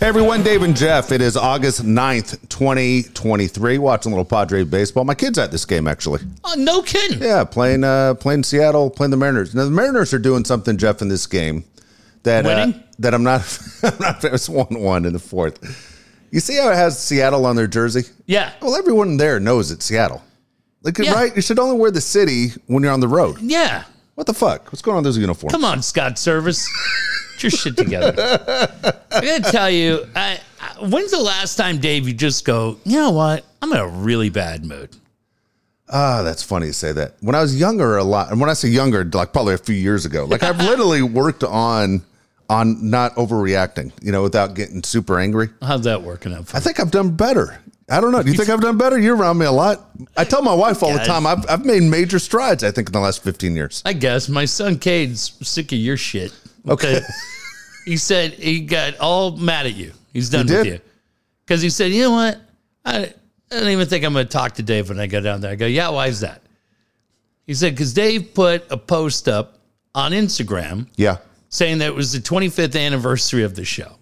everyone. Dave and Jeff. It is August 9th, 2023. Watching a little Padre baseball. My kid's at this game, actually. Oh, no kidding. Yeah, playing uh, playing Seattle, playing the Mariners. Now, the Mariners are doing something, Jeff, in this game that uh, Winning? that I'm not, I'm not, it's 1 1 in the fourth. You see how it has Seattle on their jersey? Yeah. Well, everyone there knows it's Seattle. Like, Yeah. right? You should only wear the city when you're on the road. Yeah. What the fuck? What's going on with those uniforms? Come on, Scott Service. Get your shit together. I gotta tell you, I, I, when's the last time, Dave, you just go, you know what? I'm in a really bad mood. Ah, that's funny to say that. When I was younger, a lot, and when I say younger, like probably a few years ago, like I've literally worked on on not overreacting, you know, without getting super angry. How's that working out for I you? think I've done better. I don't know. Do you think I've done better? You're around me a lot. I tell my wife all the Guys. time. I've, I've made major strides. I think in the last 15 years. I guess my son Cade's sick of your shit. Okay. he said he got all mad at you. He's done with did? you because he said, "You know what? I, I don't even think I'm going to talk to Dave when I go down there." I go, "Yeah, why is that?" He said, "Because Dave put a post up on Instagram Yeah. saying that it was the 25th anniversary of the show."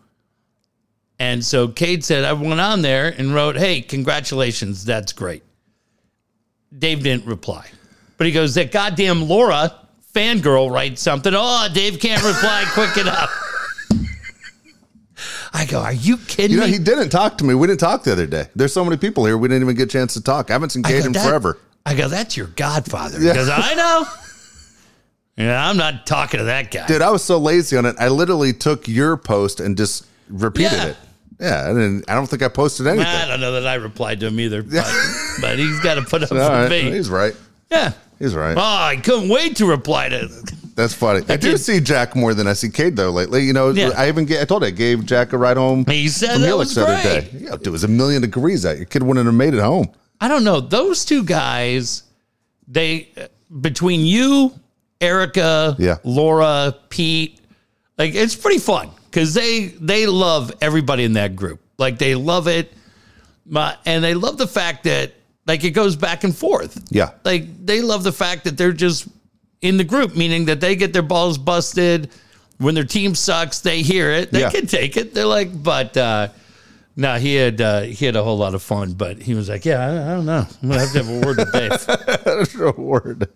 And so Cade said, "I went on there and wrote, hey, congratulations, that's great.'" Dave didn't reply, but he goes, "That goddamn Laura." Fangirl writes something. Oh, Dave can't reply quick enough. I go, are you kidding You know, me? he didn't talk to me. We didn't talk the other day. There's so many people here. We didn't even get a chance to talk. I haven't seen Kate go, in "That- forever. I go, that's your godfather. Because I know. Yeah, I'm not talking to that guy. Dude, I was so lazy on it. I literally took your post and just repeated Yeah. it. Yeah, I didn't. I don't think I posted anything. I don't know that I replied to him either, but, but he's got to put up All with right. me. He's right. Yeah. He's right. Oh, I couldn't wait to reply to. That's funny. I do did- see Jack more than I see Cade though lately. You know, Yeah. I even get, I told you, I gave Jack a ride home. He said from that Helix was the other great. day. Yeah, dude, it was a million degrees out. Your kid wouldn't have made it home. I don't know those two guys. They between you, Erica, Yeah. Laura, Pete. Like it's pretty fun because they they love everybody in that group. Like they love it, My, and they love the fact that like it goes back and forth. Yeah. like they love the fact that they're just in the group, meaning that they get their balls busted when their team sucks. They hear it, they Yeah. can take it. They're like, but uh, no, he had uh, he had a whole lot of fun, but he was like, yeah, I, I don't know, I'm gonna have to have a word with Dave. Sure word.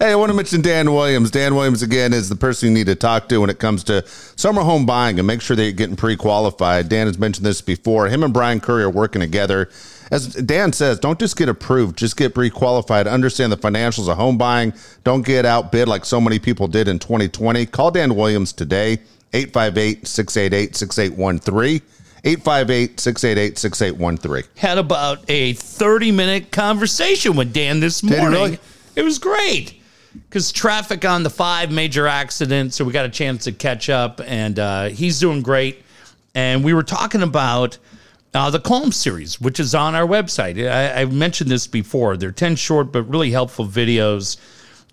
Hey, I want to mention Dan Williams. Dan Williams again is the person you need to talk to when it comes to summer home buying and make sure that you're getting pre-qualified. Dan has mentioned this before. Him and Brian Curry are working together. As Dan says, don't just get approved, just get pre-qualified. Understand the financials of home buying. Don't get outbid like so many people did in 2020. Call Dan Williams today, 858-688-6813. 858-688-6813. had about a 30 minute conversation with Dan this he morning. really? It was great because traffic on the five major accidents, so we got a chance to catch up, and uh, he's doing great. And we were talking about uh, the Calm series, which is on our website. I, I mentioned this before. They're 10 short but really helpful videos.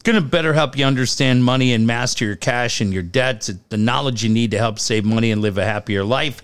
Going to better help you understand money and master your cash and your debts. It's the knowledge you need to help save money and live a happier life.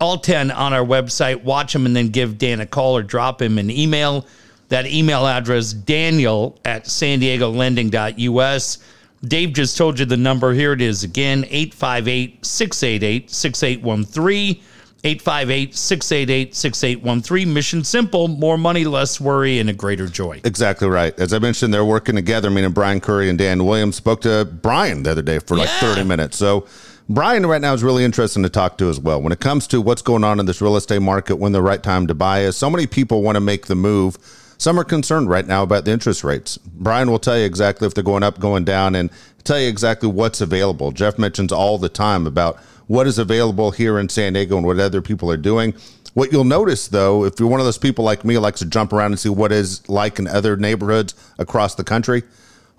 All 10 on our website. Watch them and then give Dan a call or drop him an email. That email address, daniel at san diego lending.us. Dave just told you the number. Here it is again 858 688 6813. 858 688 6813. Mission simple more money, less worry, and a greater joy. Exactly right. As I mentioned, they're working together, meaning Brian Curry and Dan Williams. Spoke to Brian the other day for like Yeah. 30 minutes. So, Brian right now is really interesting to talk to as well. When it comes to what's going on in this real estate market, when the right time to buy is, so many people want to make the move. Some are concerned right now about the interest rates. Brian will tell you exactly if they're going up, going down, and tell you exactly what's available. Jeff mentions all the time about what is available here in San Diego and what other people are doing. What you'll notice, though, if you're one of those people like me who likes to jump around and see what is like in other neighborhoods across the country,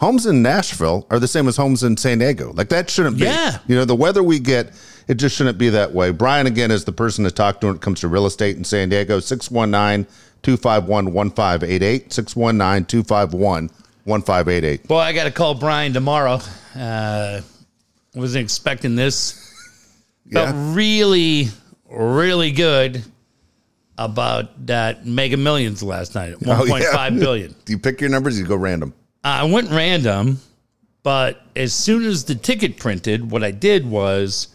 homes in Nashville are the same as homes in San Diego. Like that shouldn't be. Yeah. You know, the weather we get, it just shouldn't be that way. Brian, again, is the person to talk to when it comes to real estate in San Diego, 619 251 1588. 619 251 1588. Boy, I got to call Brian tomorrow. Uh, wasn't expecting this. But Yeah. really, really good about that Mega Millions last night at Oh, yeah. one point five billion. Uh, You pick your numbers, you go random. I went random, but as soon as the ticket printed, what I did was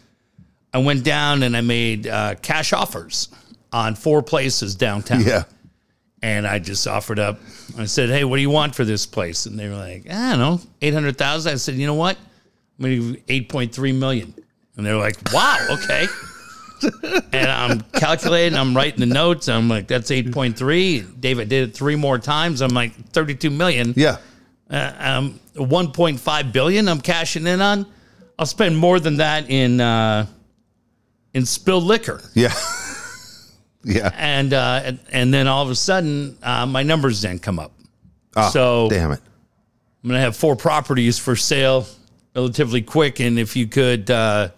I went down and I made uh, cash offers on four places downtown. Yeah. And I just offered up. I said, "Hey, what do you want for this place?" And they were like, "I don't know, eight hundred thousand. I said, "You know what? I'm gonna give eight point three million. And they're like, "Wow, okay." and I'm calculating. I'm writing the notes. I'm like, "That's eight point three. David did it three more times. I'm like, thirty-two million. Yeah. Uh, um, one point five billion. I'm cashing in on. I'll spend more than that in uh, in spilled liquor." Yeah. yeah. and uh, and- and then all of a sudden, uh, my numbers didn't come up. so Ah, Damn it. I'm gonna have four properties for sale relatively quick, and if you could uh,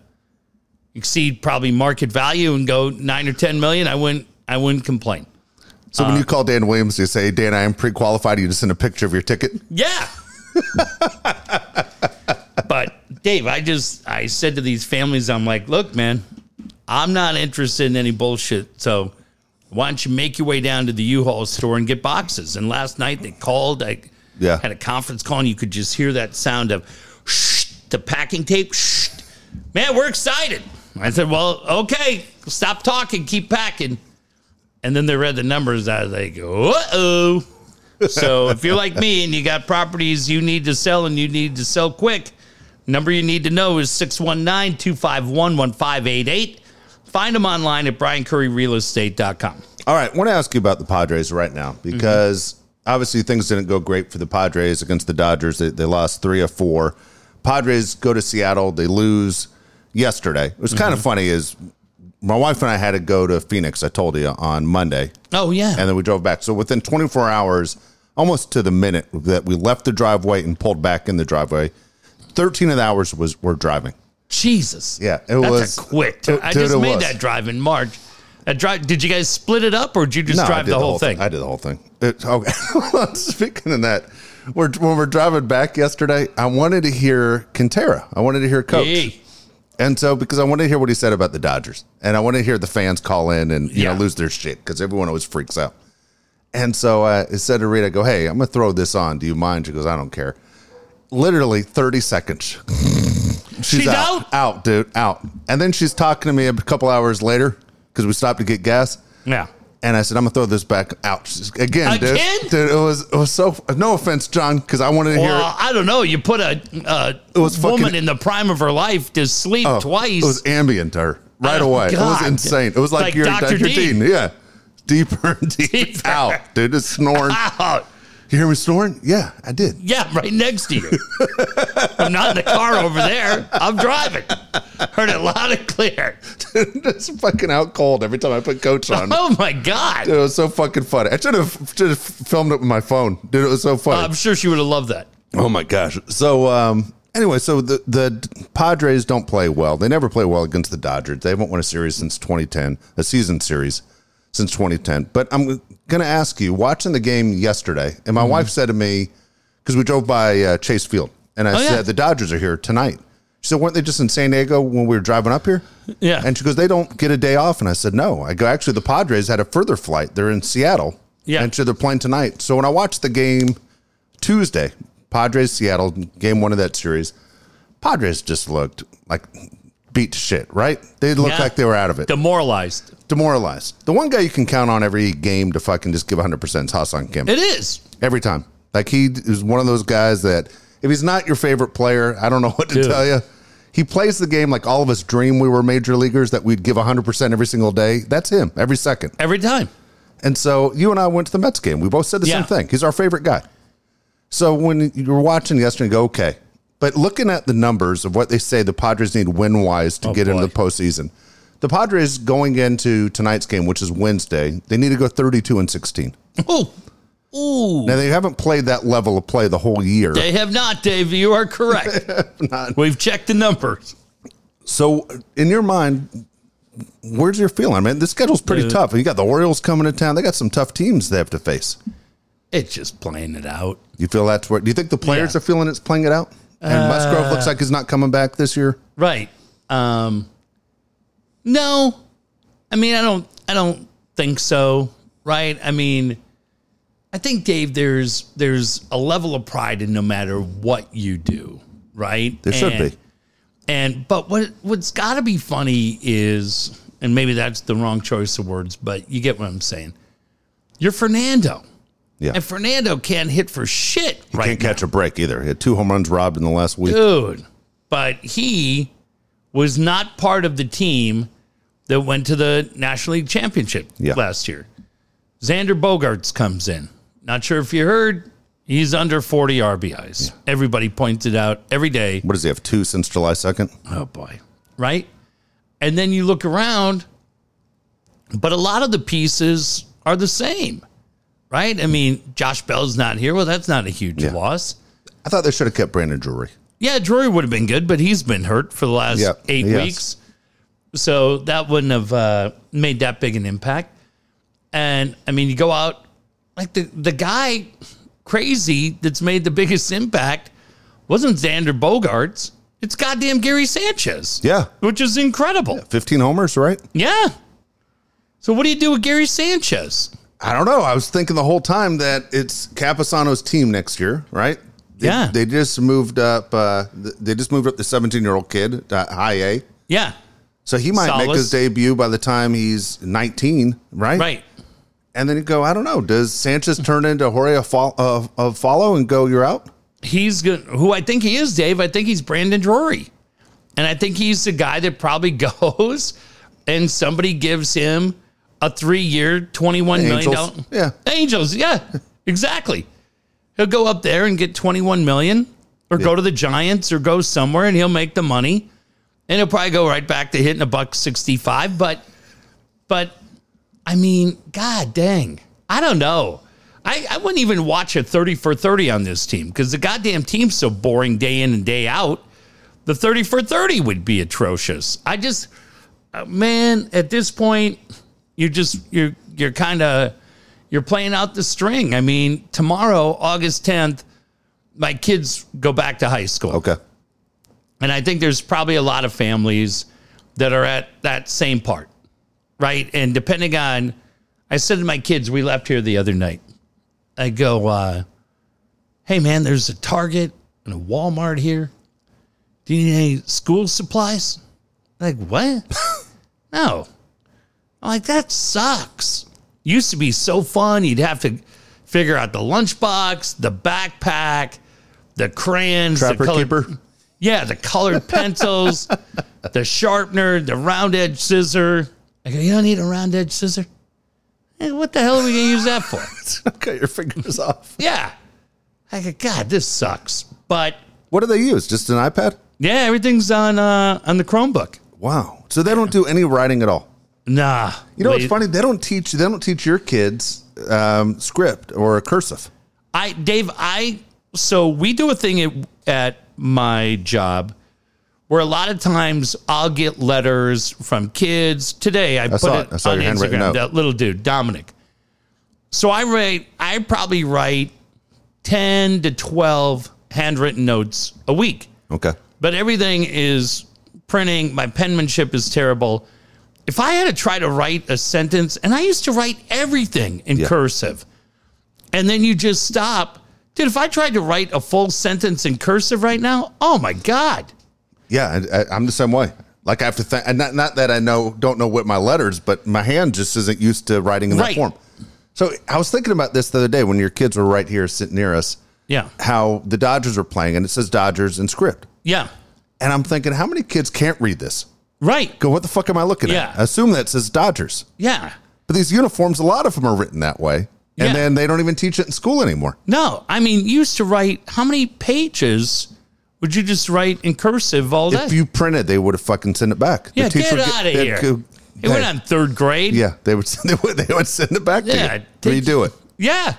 exceed probably market value and go nine or ten million, I wouldn't I wouldn't complain. So when you call Dan Williams, you say, Dan, I am pre qualified. You just send a picture of your ticket. Yeah. but Dave, I just I said to these families, I'm like, look, man, I'm not interested in any bullshit. So why don't you make your way down to the U-Haul store and get boxes? And last night they called. I Yeah. had a conference call, and you could just hear that sound of shh, the packing tape. Shh. Man, we're excited. I said, well, okay, stop talking, keep packing. And then they read the numbers. I was like, uh oh. So if you're like me and you got properties you need to sell and you need to sell quick, number you need to know is 619 251 1588. Find them online at briancurryrealestate.com. All right, want to ask you about the Padres right now because obviously things didn't go great for the Padres against the Dodgers. They, they lost three of four. Padres go to Seattle. They lose yesterday. It was kind of funny. Is my wife and I had to go to Phoenix. I told you on Monday, Oh, yeah. and then we drove back. So within 24 hours, almost to the minute that we left the driveway and pulled back in the driveway, 13 of the hours was were driving. Jesus. Yeah, it That's was- a quick. dude, I it just made was. that drive in March. That drive, did you guys split it up or did you just I drive did the whole thing? I did the whole thing. It, okay. Speaking of that, we're, when we're driving back yesterday, I wanted to hear Quintera. I wanted to hear Coach. Hey, And so, because I wanted to hear what he said about the Dodgers, and I wanted to hear the fans call in and you Yeah. know lose their shit because everyone always freaks out. And so uh, I said to Rita, I "Go, hey, I'm gonna throw this on. Do you mind?" She goes, "I don't care." Literally 30 seconds. She's, She's out, out, dude, out. And then she's talking to me a couple hours later because we stopped to get gas. Yeah. And I said, I'm gonna throw this back out She's- again, Again? dude. Dude, it was it was so. No offense, John, because I wanted to hear. Well, I don't know. You put a, a was fucking- woman in the prime of her life to sleep it. twice. It was ambient to her right Oh, away. It God. was insane. It was like, Like your Dr. Dr. Dean. Yeah, deeper and deeper, Deeper. out, dude. It's snoring. Out. you hear me snoring? Yeah, I did. Yeah, right next to you. I'm not in the car over there. I'm driving. Heard it loud and clear. Just fucking out cold every time I put coach on. Oh my God. Dude, it was so fucking funny. I should have should have filmed it with my phone, dude. It was so funny. I'm sure she would have loved that. Oh my gosh. So um anyway, so the the Padres don't play well. They never play well against the Dodgers. They haven't won a series since 2010, a season series since 2010. But I'm going to ask you, watching the game yesterday, and my Mm-hmm. wife said to me cuz we drove by uh, Chase Field and I Oh, yeah. said the Dodgers are here tonight. She said, weren't they just in San Diego when we were driving up here? Yeah. And she goes, they don't get a day off. And I said, no. I go, actually, the Padres had a further flight. They're in Seattle. Yeah. And so they're playing tonight. So when I watched the game Tuesday, Padres Seattle game one of that series. Padres just looked like beat to shit, right? They looked Yeah. like they were out of it, Demoralized. demoralized. The one guy you can count on every game to fucking just give 100% is Hassan Kim It is. every time. Like he is one of those guys that if he's not your favorite player, I don't know what to Dude. tell you. He plays the game like all of us dream we were major leaguers that we'd give 100% every single day. That's him every second. Every time. And so you and I went to the Mets game. We both said the same Yeah. thing. He's our favorite guy. So when you were watching yesterday, you go, okay. But looking at the numbers of what they say the Padres need win wise to get Oh, boy. into the postseason, the Padres going into tonight's game, which is Wednesday, they need to go 32 and 16. Oh. Ooh. Now, they haven't played that level of play the whole year. They have not, Dave. You are correct. We've checked the numbers. So, in your mind, where's your feeling? I mean, the schedule's pretty Uh, tough. You got the Orioles coming to town. They got some tough teams they have to face. It's just playing it out. You feel that's where? Do you think the players Yeah. Uh, are feeling it's playing it out? And Musgrove looks like he's not coming back this year. Right. Um No. I mean, I don't I don't think so, right? I mean, I think Dave there's there's a level of pride in no matter what you do, right? There should And- be. And but what what's got to be funny is, and maybe that's the wrong choice of words, but you get what I'm saying. You're Fernando, Yeah. and Fernando can't hit for shit right Can't catch a break either. He had two home runs robbed in the last week. dude. But he was not part of the team that went to the National League Championship Yeah. last year. Xander Bogarts comes in. Not sure if you heard, he's under 40 RBIs. Everybody points it out every day. What does he have? Two since July 2nd? Oh boy. Right? And then you look around, but a lot of the pieces are the same. Right? I mean, Josh Bell's not here. Well, that's not a huge Yeah. loss. I thought they should have kept Brandon Drury. Yeah, Drury would have been good, but he's been hurt for the last Yep, eight he has. weeks. So that wouldn't have uh, made that big an impact. And I mean, you go out like the, the guy crazy that's made the biggest impact wasn't Xander Bogarts. It's goddamn Gary Sanchez. Yeah. Which is incredible. 15 homers, right? Yeah. So what do you do with Gary Sanchez? I don't know. I was thinking the whole time that it's Capisano's team next year, right? They- Yeah. They just moved up. Uh, th- they just moved up the 17 year old kid, uh, high A. Yeah. So he might make Salas. his debut by the time he's 19, right? Right. And then you go, I don't know. Does Sanchez turn into Jorge of fol- of of follow and go, you're out? he's going who I think he is, Dave. I think he's Brandon Drury. And I think he's the guy that probably goes and somebody gives him a three year, $21 million. Angels. Yeah. Angels. Yeah. Exactly. He'll go up there and get 21 million or go to the Giants or go somewhere and he'll make the money. And he'll probably go right back to hitting a buck 65. But, but I mean, God dang. I don't know. I, I wouldn't even watch a 30 for 30 on this team because the goddamn team's so boring day in and day out. The 30 for 30 would be atrocious. I just, uh, man, at this point, you're just, you're, you're kind of, you're playing out the string. I mean, tomorrow, August 10th, my kids go back to high school. Okay. And I think there's probably a lot of families that are at that same part, right? And depending on, I said to my kids, we left here the other night. I go, uh, hey man, there's a Target and a Walmart here. Do you need any school supplies? Like, what? no. I'm like, that sucks. Used to be so fun. You'd have to figure out the lunchbox, the backpack, the crayons, the Trapper colored- keeper. yeah, the colored pencils, the sharpener, the round edge scissor. I go, you don't need a round edge scissor. Hey, what the hell are we gonna use that for? Cut your fingers off. yeah. I go, God, this sucks. But What do they use? Just an iPad? yeah, everything's on uh, on the Chromebook. Wow. So they don't do any writing at all. Nah. You know, what's Wait. funny. They don't teach. They don't teach your kids um, script or cursive. I Dave, I so we do a thing at, at my job where a lot of times I'll get letters from kids. Today I, put saw it, it. I saw on your handwritten Instagram. note. That little dude, Dominic. So I write I probably write 10 to 12 handwritten notes a week. Okay. But everything is printing, my penmanship is terrible. If I had to try to write a sentence, and I used to write everything in Yeah. cursive, and then you just stop. Dude, if I tried to write a full sentence in cursive right now, oh my God. Yeah, I, I, I'm the same way. Like I have to think. and Not not that I know don't know what my letters, but my hand just isn't used to writing in that Right. form. So I was thinking about this the other day when your kids were right here sitting near us. Yeah. How the Dodgers are playing, and it says Dodgers in script, Yeah. and I'm thinking, how many kids can't read this? Right. Go, what the fuck am I looking Yeah. at? I assume that says Dodgers, Yeah. but these uniforms, a lot of them are written that way, and Yeah. then they don't even teach it in school anymore. No, I mean, you used to write how many pages would you just write in cursive all day? If you printed, they would have fucking sent it back. yeah, would get out of they'd here. go- it went hey, on third grade. Yeah, they would send it. They would send it back Yeah, to you. take- Redo it. Yeah.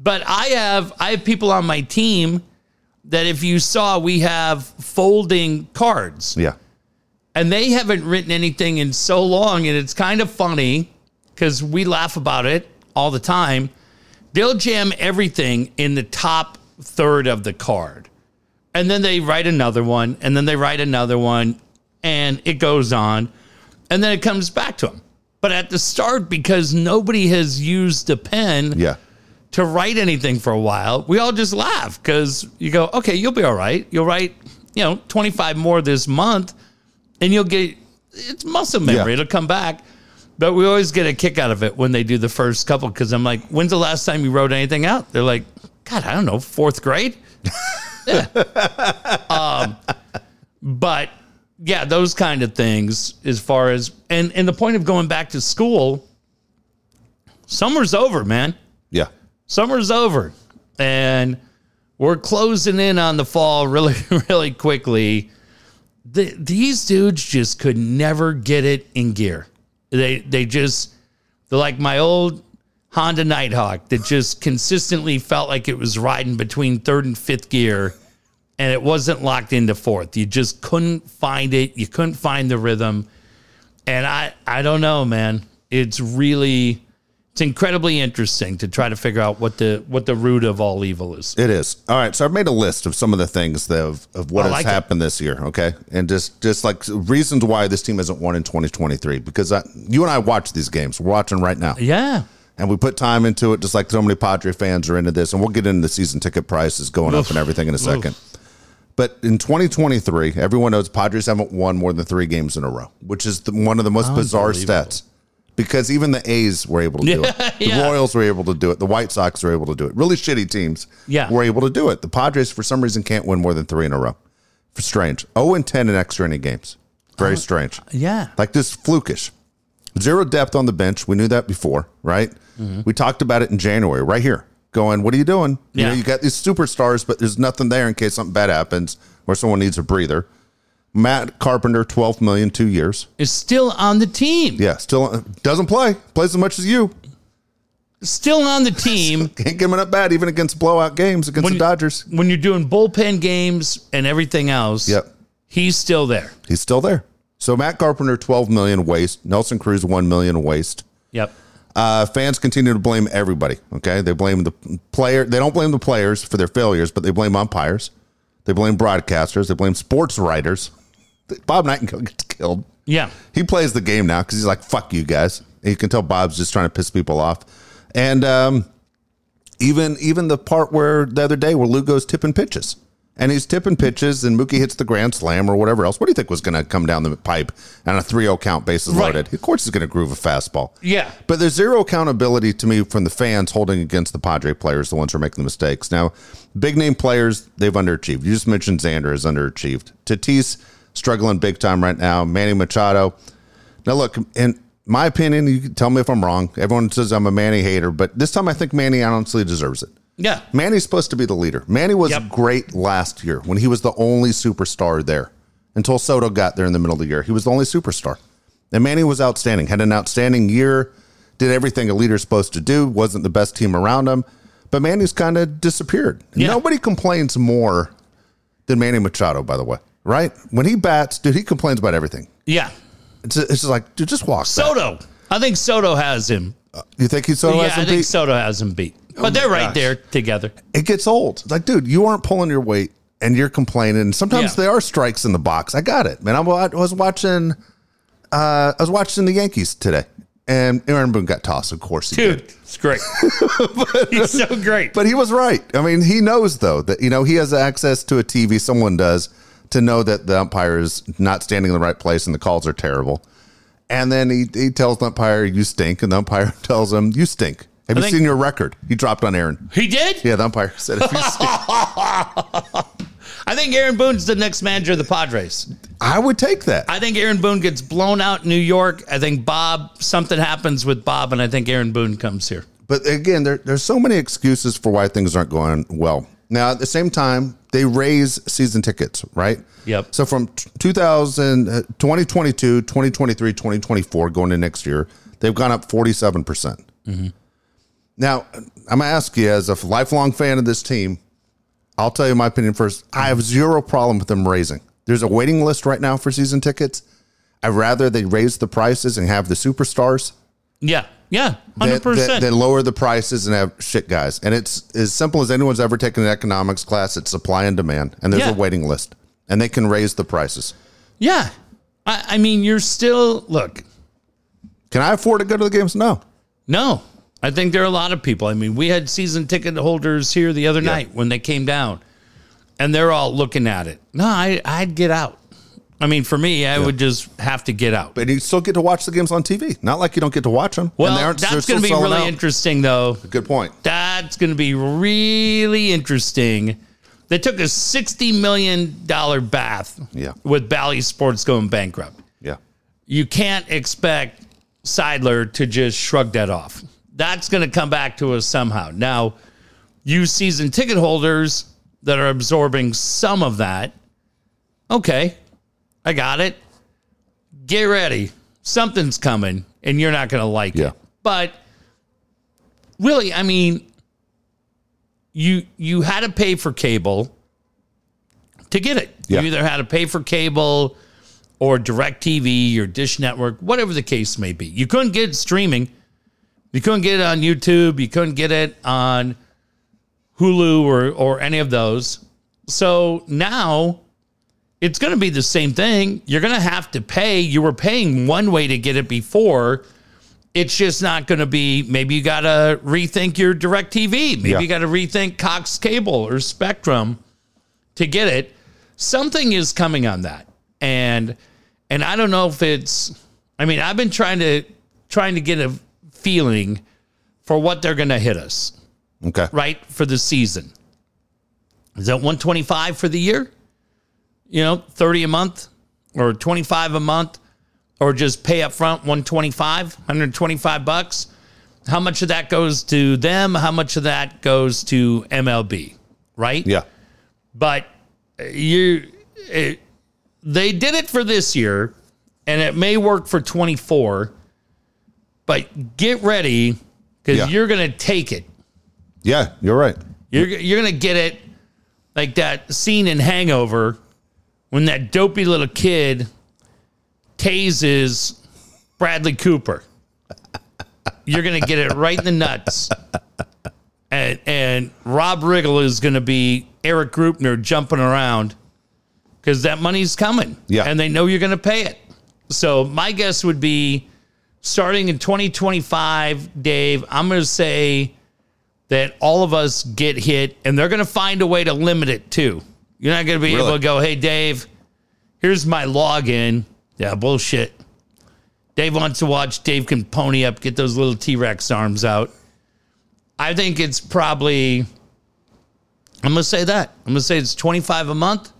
But I have I have people on my team that if you saw we have folding cards Yeah. and they haven't written anything in so long and it's kind of funny cuz we laugh about it all the time. They'll jam everything in the top third of the card. And then they write another one and then they write another one and it goes on and then it comes back to them. But at the start because nobody has used the pen Yeah. to write anything for a while, we all just laugh because you go, okay, you'll be all right. You'll write you know, 25 more this month, and you'll get it's muscle memory. Yeah. It'll come back. But we always get a kick out of it when they do the first couple because I'm like, when's the last time you wrote anything out? They're like, God, I don't know, fourth grade. Yeah. um, but yeah, those kind of things as far as and and the point of going back to school, summer's over, man Yeah. summer's over and we're closing in on the fall really really quickly the, these dudes just could never get it in gear they they just they're like my old honda nighthawk that just consistently felt like it was riding between third and fifth gear and it wasn't locked into fourth you just couldn't find it you couldn't find the rhythm and i i don't know man it's really it's incredibly interesting to try to figure out what the what the root of all evil is. It is. All right. So I've made a list of some of the things that of, of what I has like it. happened this year. Okay. And just, just like reasons why this team hasn't won in 2023, because I, you and I watch these games. We're watching right now. Yeah. and we put time into it, just like so many Padre fans are into this. And we'll get into the season ticket prices going up Oof. and everything in a second. But in 2023, everyone knows Padres haven't won more than three games in a row, which is the, one of the most bizarre stats. Because even the A's were able to do Yeah, it, the yeah. Royals were able to do it, the White Sox were able to do it. Really shitty teams Yeah. were able to do it. The Padres, for some reason, can't win more than three in a row. For strange, 0 and 10 in extra inning games. Very strange. Uh, Yeah. Like this flukish. Zero depth on the bench. We knew that before, right? Mm-hmm. We talked about it in January, right here, going, What are you doing? You know, Yeah. you got these superstars, but there's nothing there in case something bad happens or someone needs a breather. Matt Carpenter, 12 million, two years. Is still on the team. Yeah, still uh, doesn't play, plays as much as you. Still on the team. Can't give him up bad, even against blowout games against When- the Dodgers. when you're doing bullpen games and everything else, Yep. he's still there. He's still there. So Matt Carpenter, 12 million waste. Nelson Cruz, 1 million waste. Yep. Uh, fans continue to blame everybody. Okay, they blame the player. They don't blame the players for their failures, but they blame umpires. They blame broadcasters. They blame sports writers. Bob Nightingale gets killed. Yeah. He plays the game now because he's like, "Fuck you guys." You can tell Bob's just trying to piss people off. And um, even even the part where the other day where Lugo's tipping pitches. And he's tipping pitches, and Mookie hits the grand slam or whatever else. What do you think was going to come down the pipe on a 3 0 count, bases Right. loaded? Of course, he's going to groove a fastball. Yeah. But there's zero accountability to me from the fans holding against the Padre players, the ones who are making the mistakes. Now, big name players, they've underachieved. You just mentioned Xander is underachieved. Tatis struggling big time right now. Manny Machado. Now, look, in my opinion, you can tell me if I'm wrong. Everyone says I'm a Manny hater, but this time I think Manny honestly deserves it. Yeah. Manny's supposed to be the leader. Manny was Yep. great last year when he was the only superstar there until Soto got there in the middle of the year. He was the only superstar. And Manny was outstanding, had an outstanding year, did everything a leader's supposed to do, wasn't the best team around him. But Manny's kind of disappeared. Yeah. Nobody complains more than Manny Machado, by the way, right? When he bats, dude, he complains about everything. Yeah. It's, it's just like, dude, just walk. back. Soto. I think Soto has him. You think he's Soto yeah, Oh, has I him think beat? Oh Soto has him beat. But they're right gosh. there together. it gets old. It's like, dude, you aren't pulling your weight and you're complaining. And Sometimes Yeah. there are strikes in the box. I got it, man. I wa- I was watching, uh, I was watching the Yankees today, and Aaron Boone got tossed. Of course, he Dude, did. it's great. he's so great. But he was right. I mean, he knows though that you know he has access to a TV. Someone does to know that the umpire is not standing in the right place and the calls are terrible. And then he, he tells the umpire, "You stink," and the umpire tells him, "You stink." Have I you think- seen your record? He dropped on Aaron. he did? Yeah, the umpire said, "If you stink." I think Aaron Boone's the next manager of the Padres. I would take that. I think Aaron Boone gets blown out in New York. I think Bob, something happens with Bob, and I think Aaron Boone comes here. But again, there, there's so many excuses for why things aren't going well. Now, at the same time, they raise season tickets, right? Yep. So from t- 2000, uh, 2022, 2023, 2024, going to next year, they've gone up 47%. percent Now, I'm going to ask you, as a lifelong fan of this team, I'll tell you my opinion first. I have zero problem with them raising. There's a waiting list right now for season tickets. I'd rather they raise the prices and have the superstars Yeah. Yeah. that- 100%. that- They lower the prices and have shit guys. And it's as simple as anyone's ever taken an economics class. It's supply and demand, and there's Yeah. a waiting list, and they can raise the prices. yeah. I, I mean, you're still, look, Can I afford to go to the games? No. no. I think there are a lot of people. I mean, we had season ticket holders here the other night when they came down. and they're all looking at it. No, I, I'd get out. I mean, for me, I would just have to get out. But you still get to watch the games on TV. Not like you don't get to watch them. Well, they aren't- they're that's still going to be selling really out. interesting, though. Good point. That's going to be really interesting. They took a sixty million dollar bath, Yeah. with Bally Sports going bankrupt. Yeah. You can't expect Seidler to just shrug that off. That's going to come back to us somehow. Now, you season ticket holders that are absorbing some of that. Okay, I got it. Get ready. Something's coming, and you're not going to like Yeah. it. But really, I mean, you you had to pay for cable to get it. Yeah. You either had to pay for cable or DirecTV or Dish Network, whatever the case may be. You couldn't get it streaming. You couldn't get it on YouTube. You couldn't get it on Hulu or or any of those. So now it's going to be the same thing. You're going to have to pay. You were paying one way to get it before. It's just not going to be. Maybe you got to rethink your DirecTV. Maybe Yeah. you got to rethink Cox Cable or Spectrum to get it. Something is coming on that, and and I don't know if it's. I mean, I've been trying to trying to get a feeling for what they're going to hit us Okay. right for the season. Is that 125 for the year? You know, 30 a month or 25 a month or just pay up front 125, 125 bucks. How much of that goes to them? How much of that goes to MLB, right? Yeah. but you it, they did it for this year and it may work for 24 but get ready because Yeah. you're gonna take it Yeah. You're right. you're, you're gonna get it like that scene in hangover when that dopey little kid tases bradley cooper you're gonna get it right in the nuts and and rob riggle is gonna be eric Grupner jumping around because that money's coming Yeah. and they know you're gonna pay it so my guess would be starting in 2025 dave i'm gonna say that all of us get hit and they're going to find a way to limit it too. You're not going to be Really? able to go, hey, Dave, here's my login. Yeah, bullshit. Dave wants to watch. Dave can pony up, get those little T Rex arms out. I think it's probably, I'm going to say that. I'm going to say it's 25 a month.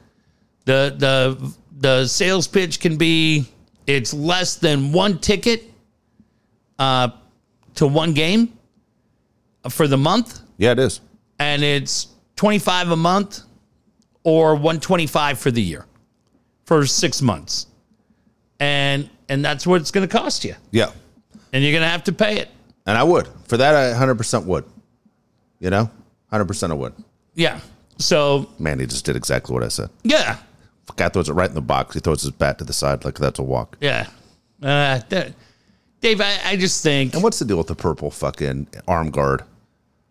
The, the, the sales pitch can be it's less than one ticket uh, to one game for the month Yeah, it is. and it's 25 a month or 125 for the year for 6 months. And and that's what it's going to cost you. Yeah. And you're going to have to pay it. And I would. For that, I 100% would. You know? 100% I would. Yeah. So, Man, he just did exactly what I said. yeah. Guy throws it right in the box. He throws his bat to the side like that's a walk. Yeah. Uh, that, Dave, I, I just think And what's the deal with the purple fucking arm guard?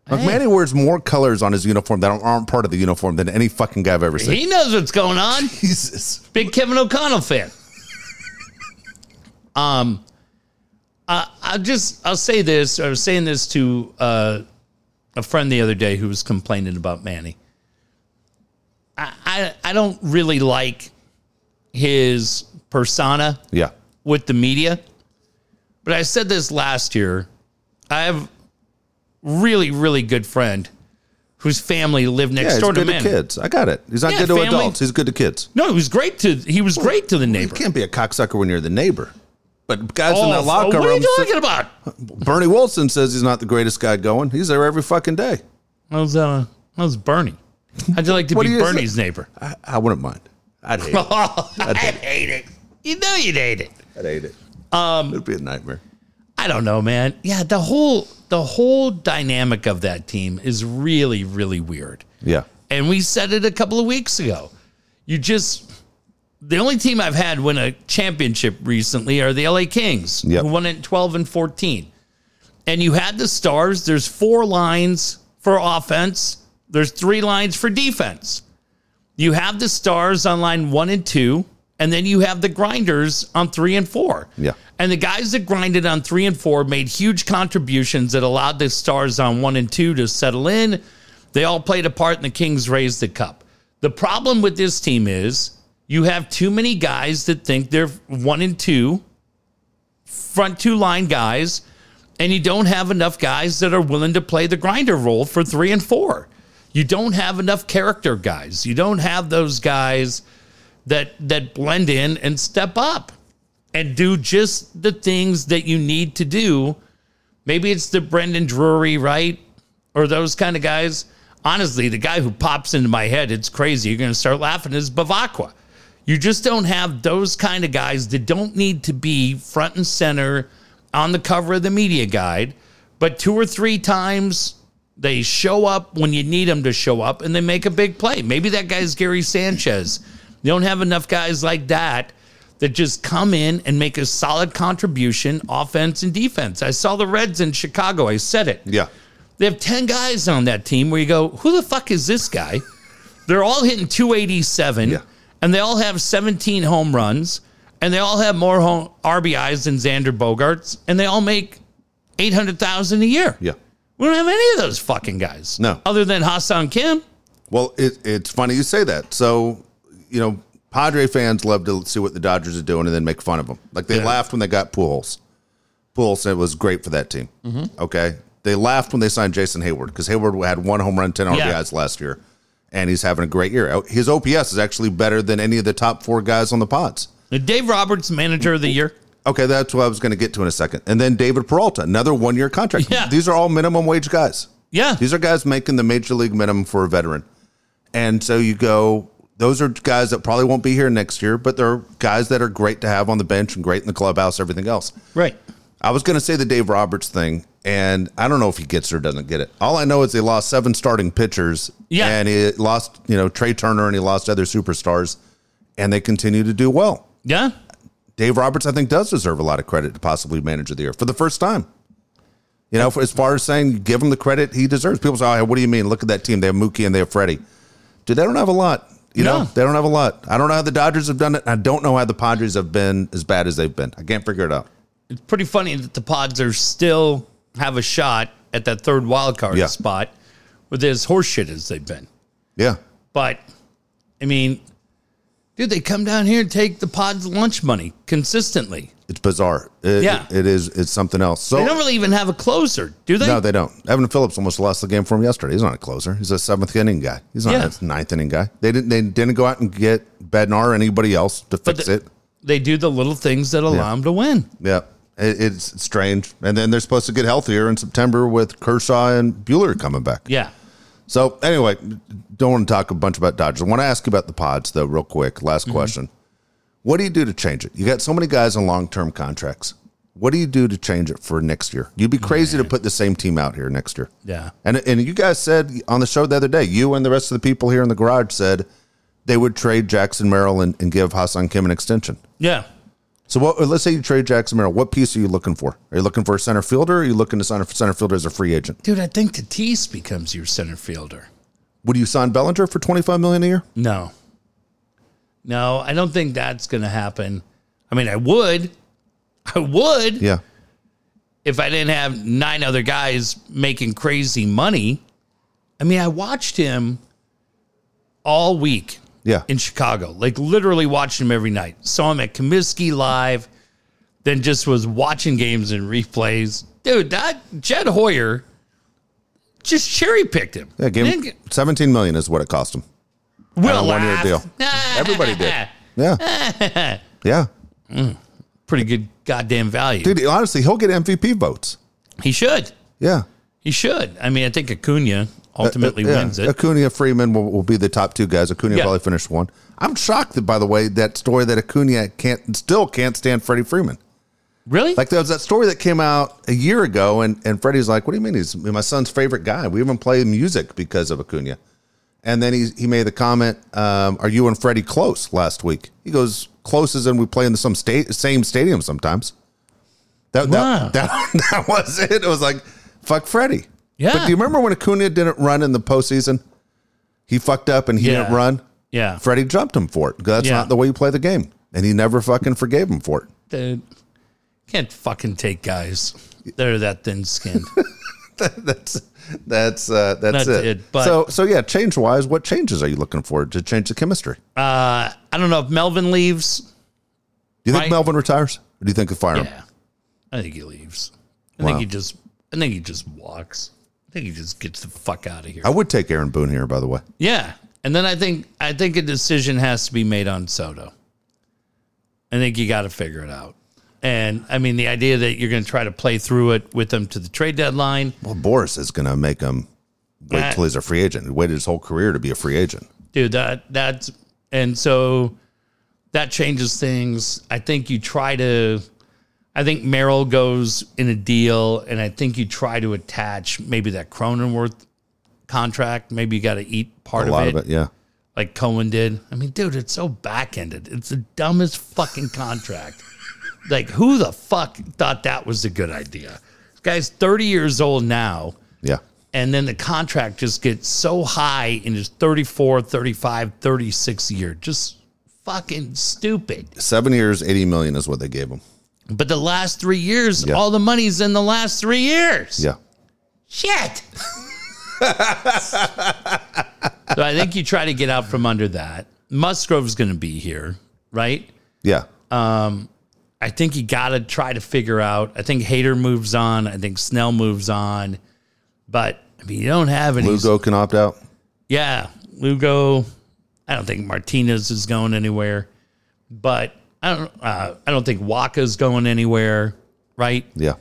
Like, Manny wears more colors on his uniform that aren't part of the uniform than any fucking guy I've ever seen. he knows what's going on. Jesus. Big Kevin O'Connell fan. um, uh, I'll just I'll say this. I was saying this to uh, a friend the other day who was complaining about Manny. I I, I don't really like his persona Yeah. with the media. But I said this last year. I have really really good friend whose family lived Yeah, next he's door to good to Manny. kids. I got it. He's not Yeah, good to family. adults. He's good to kids. No, he was great to he was great to the neighbor. You can't be a cocksucker when you're the neighbor. But guys in that locker Oh, what are room, you talking about? Bernie Wilson says he's not the greatest guy going. He's there every fucking day. How's uh, how's Bernie? How'd you like to What do be you Bernie's neighbor? I, I wouldn't mind. I'd hate it. Oh, I'd hate it. You know you'd hate it. I'd hate it. Um, It'd be a nightmare. I don't know, man. Yeah, the whole the whole dynamic of that team is really really weird. Yeah. And we said it a couple of weeks ago. You just the only team I've had win a championship recently are the LA Kings, Yep. who won it in 12 and 14. And you had the stars, there's four lines for offense, there's three lines for defense. You have the stars on line 1 and 2, and then you have the grinders on 3 and 4. Yeah. And the guys that grinded on 3 and 4 made huge contributions that allowed the stars on 1 and 2 to settle in. They all played a part, and the Kings raised the cup. The problem with this team is you have too many guys that think they're one and two, front two line guys, and you don't have enough guys that are willing to play the grinder role for three and four. You don't have enough character guys. You don't have those guys that that blend in and step up and do just the things that you need to do. Maybe it's the Brendan Drury, right? Or those kind of guys. Honestly, the guy who pops into my head, it's crazy. You're going to start laughing is Bavakwa. You just don't have those kind of guys that don't need to be front and center on the cover of the media guide, but two or three times they show up when you need them to show up and they make a big play. Maybe that guy's Gary Sanchez. You don't have enough guys like that that just come in and make a solid contribution, offense and defense. I saw the Reds in Chicago. I said it. Yeah. They have 10 guys on that team where you go, who the fuck is this guy? They're all hitting 287 Yeah. and they all have 17 home runs and they all have more home RBIs than Xander Bogarts and they all make 800,000 a year. Yeah. We don't have any of those fucking guys. No. Other than Hassan Kim. Well, it, it's funny you say that. So, you know, Padre fans love to see what the Dodgers are doing and then make fun of them. Like they Yeah. laughed when they got Pujols. Pujols it was great for that team. Mm-hmm. Okay, they laughed when they signed Jason Hayward because Hayward had one home run, ten RBIs Yeah. last year, and he's having a great year. Oh, His OPS is actually better than any of the top four guys on the pods. Dave Roberts, manager of the year. Okay, that's what I was going to get to in a second. And then David Peralta, another one year contract. Yeah. These are all minimum wage guys. Yeah. These are guys making the major league minimum for a veteran. And so you go, those are guys that probably won't be here next year, but they're guys that are great to have on the bench and great in the clubhouse, everything else. Right. I was going to say the Dave Roberts thing, and I don't know if he gets it or doesn't get it. All I know is they lost seven starting pitchers. Yeah. And he lost, you know, Trey Turner and he lost other superstars, and they continue to do well. Yeah. Dave Roberts, I think, does deserve a lot of credit to possibly manager of the year for the first time. You know, for, as far as saying give him the credit he deserves. People say, oh, what do you mean? Look at that team. They have Mookie and they have Freddie. Dude, they don't have a lot. You know, No. they don't have a lot. I don't know how the Dodgers have done it. I don't know how the Padres have been as bad as they've been. I can't figure it out. It's pretty funny that the pods are still have a shot at that third wild card Yeah. spot with as horseshit as they've been. Yeah. But I mean, dude, they come down here and take the pod's lunch money consistently. It's bizarre. It- Yeah. It is. It's something else. So, They don't really even have a closer, do they? no, they don't. Evan Phillips almost lost the game for him yesterday. He's not a closer. He's a seventh inning guy. He's not Yeah. a ninth inning guy. They didn't. They didn't go out and get Bednar or anybody else to fix the- it. They do the little things that allow them to win. Yeah, it, it's strange. And then they're supposed to get healthier in September with Kershaw and Bueller coming back. Yeah. So anyway, don't want to talk a bunch about Dodgers. I want to ask you about the pods though, real quick. Last Mm-hmm. question: What do you do to change it? You got so many guys on long-term contracts. What do you do to change it for next year? You'd be crazy to put the same team out here next year. Yeah. And and you guys said on the show the other day, you and the rest of the people here in the garage said they would trade Jackson Merrill and, and give Hassan Kim an extension. Yeah. So what, let's say you trade Jackson Merrill. What piece are you looking for? Are you looking for a center fielder? Or are you looking to sign a center fielder as a free agent? Dude, I think Tatis becomes your center fielder. Would you sign Bellinger for twenty five million a year? No. No, I don't think that's going to happen. I mean, I would. I would Yeah, if I didn't have nine other guys making crazy money. I mean, I watched him all week yeah, in Chicago, like literally watching him every night. Saw him at Comiskey live, then just was watching games and replays. Dude, that Jed Hoyer just cherry picked him. yeah. Game Then- seventeen million is what it cost him. Will a one-year laugh. deal. ah, Everybody did. Yeah, yeah, Pretty good goddamn value. dude. Honestly, he'll get MVP votes. He should. Yeah, He should. I mean, I think Acuna ultimately Uh, yeah. wins it. Acuna Freeman will, will be the top two guys. Acuna Yeah. probably finished one. I'm shocked that by the way that story that Acuna can't still can't stand Freddie Freeman. Really? Like there was that story that came out a year ago, and and Freddie's like, "What do you mean? He's my son's favorite guy. We even play music because of Acuna." And then he he made the comment, um, "Are you and Freddie close?" Last week, he goes, "Close as in we play in the some state same stadium sometimes." That Wow. that, that that was it. It was like, "Fuck Freddie." Yeah. But do you remember when Acuna didn't run in the postseason? He fucked up and he Yeah. didn't run. yeah. Freddie jumped him for it. 'cause That's Yeah. not the way you play the game, and he never fucking forgave him for it. Dude, can't fucking take guys that are that thin skinned. that's that's uh, that's, That's it. it, but- so so yeah, change wise, what changes are you looking for to change the chemistry? Uh, I don't know if Melvin leaves. Do you think right. Melvin retires? Or do you think they fire him? Yeah, I think he leaves. I Wow. think he just. I think he just walks. I think he just gets the fuck out of here. I would take Aaron Boone here, by the way. Yeah, and then I think I think a decision has to be made on Soto. I think you got to figure it out. And I mean, the idea that you're going to try to play through it with them to the trade deadline, Well, Boris is going to make him wait That- till he's a free agent. He waited his whole career to be a free agent. dude. That that's and so that changes things. I think you try to. I think Merrill goes in a deal, and I think you try to attach maybe that Cronenworth contract. Maybe you got to eat part A lot of it, yeah. like Cohen did. I mean, dude, it's so back ended. It's the dumbest fucking contract. like, who the fuck thought that was a good idea? This guy's 30 years old now, Yeah. and then the contract just gets so high in his 34, 35, 36 year. Just fucking stupid. Seven years, 80 million is what they gave him. But the last three years, Yeah. all the money's in the last three years. Yeah. Shit. so I think you try to get out from under that. Musgrove's going to be here, right? Yeah. I think you got to try to figure out. I think Hater moves on. I think Snell moves on. But I mean, you don't have any. Lugo can opt out. Yeah, Lugo. I don't think Martinez is going anywhere. But I don't. Uh, I don't think Waka's going anywhere. Right. Yeah.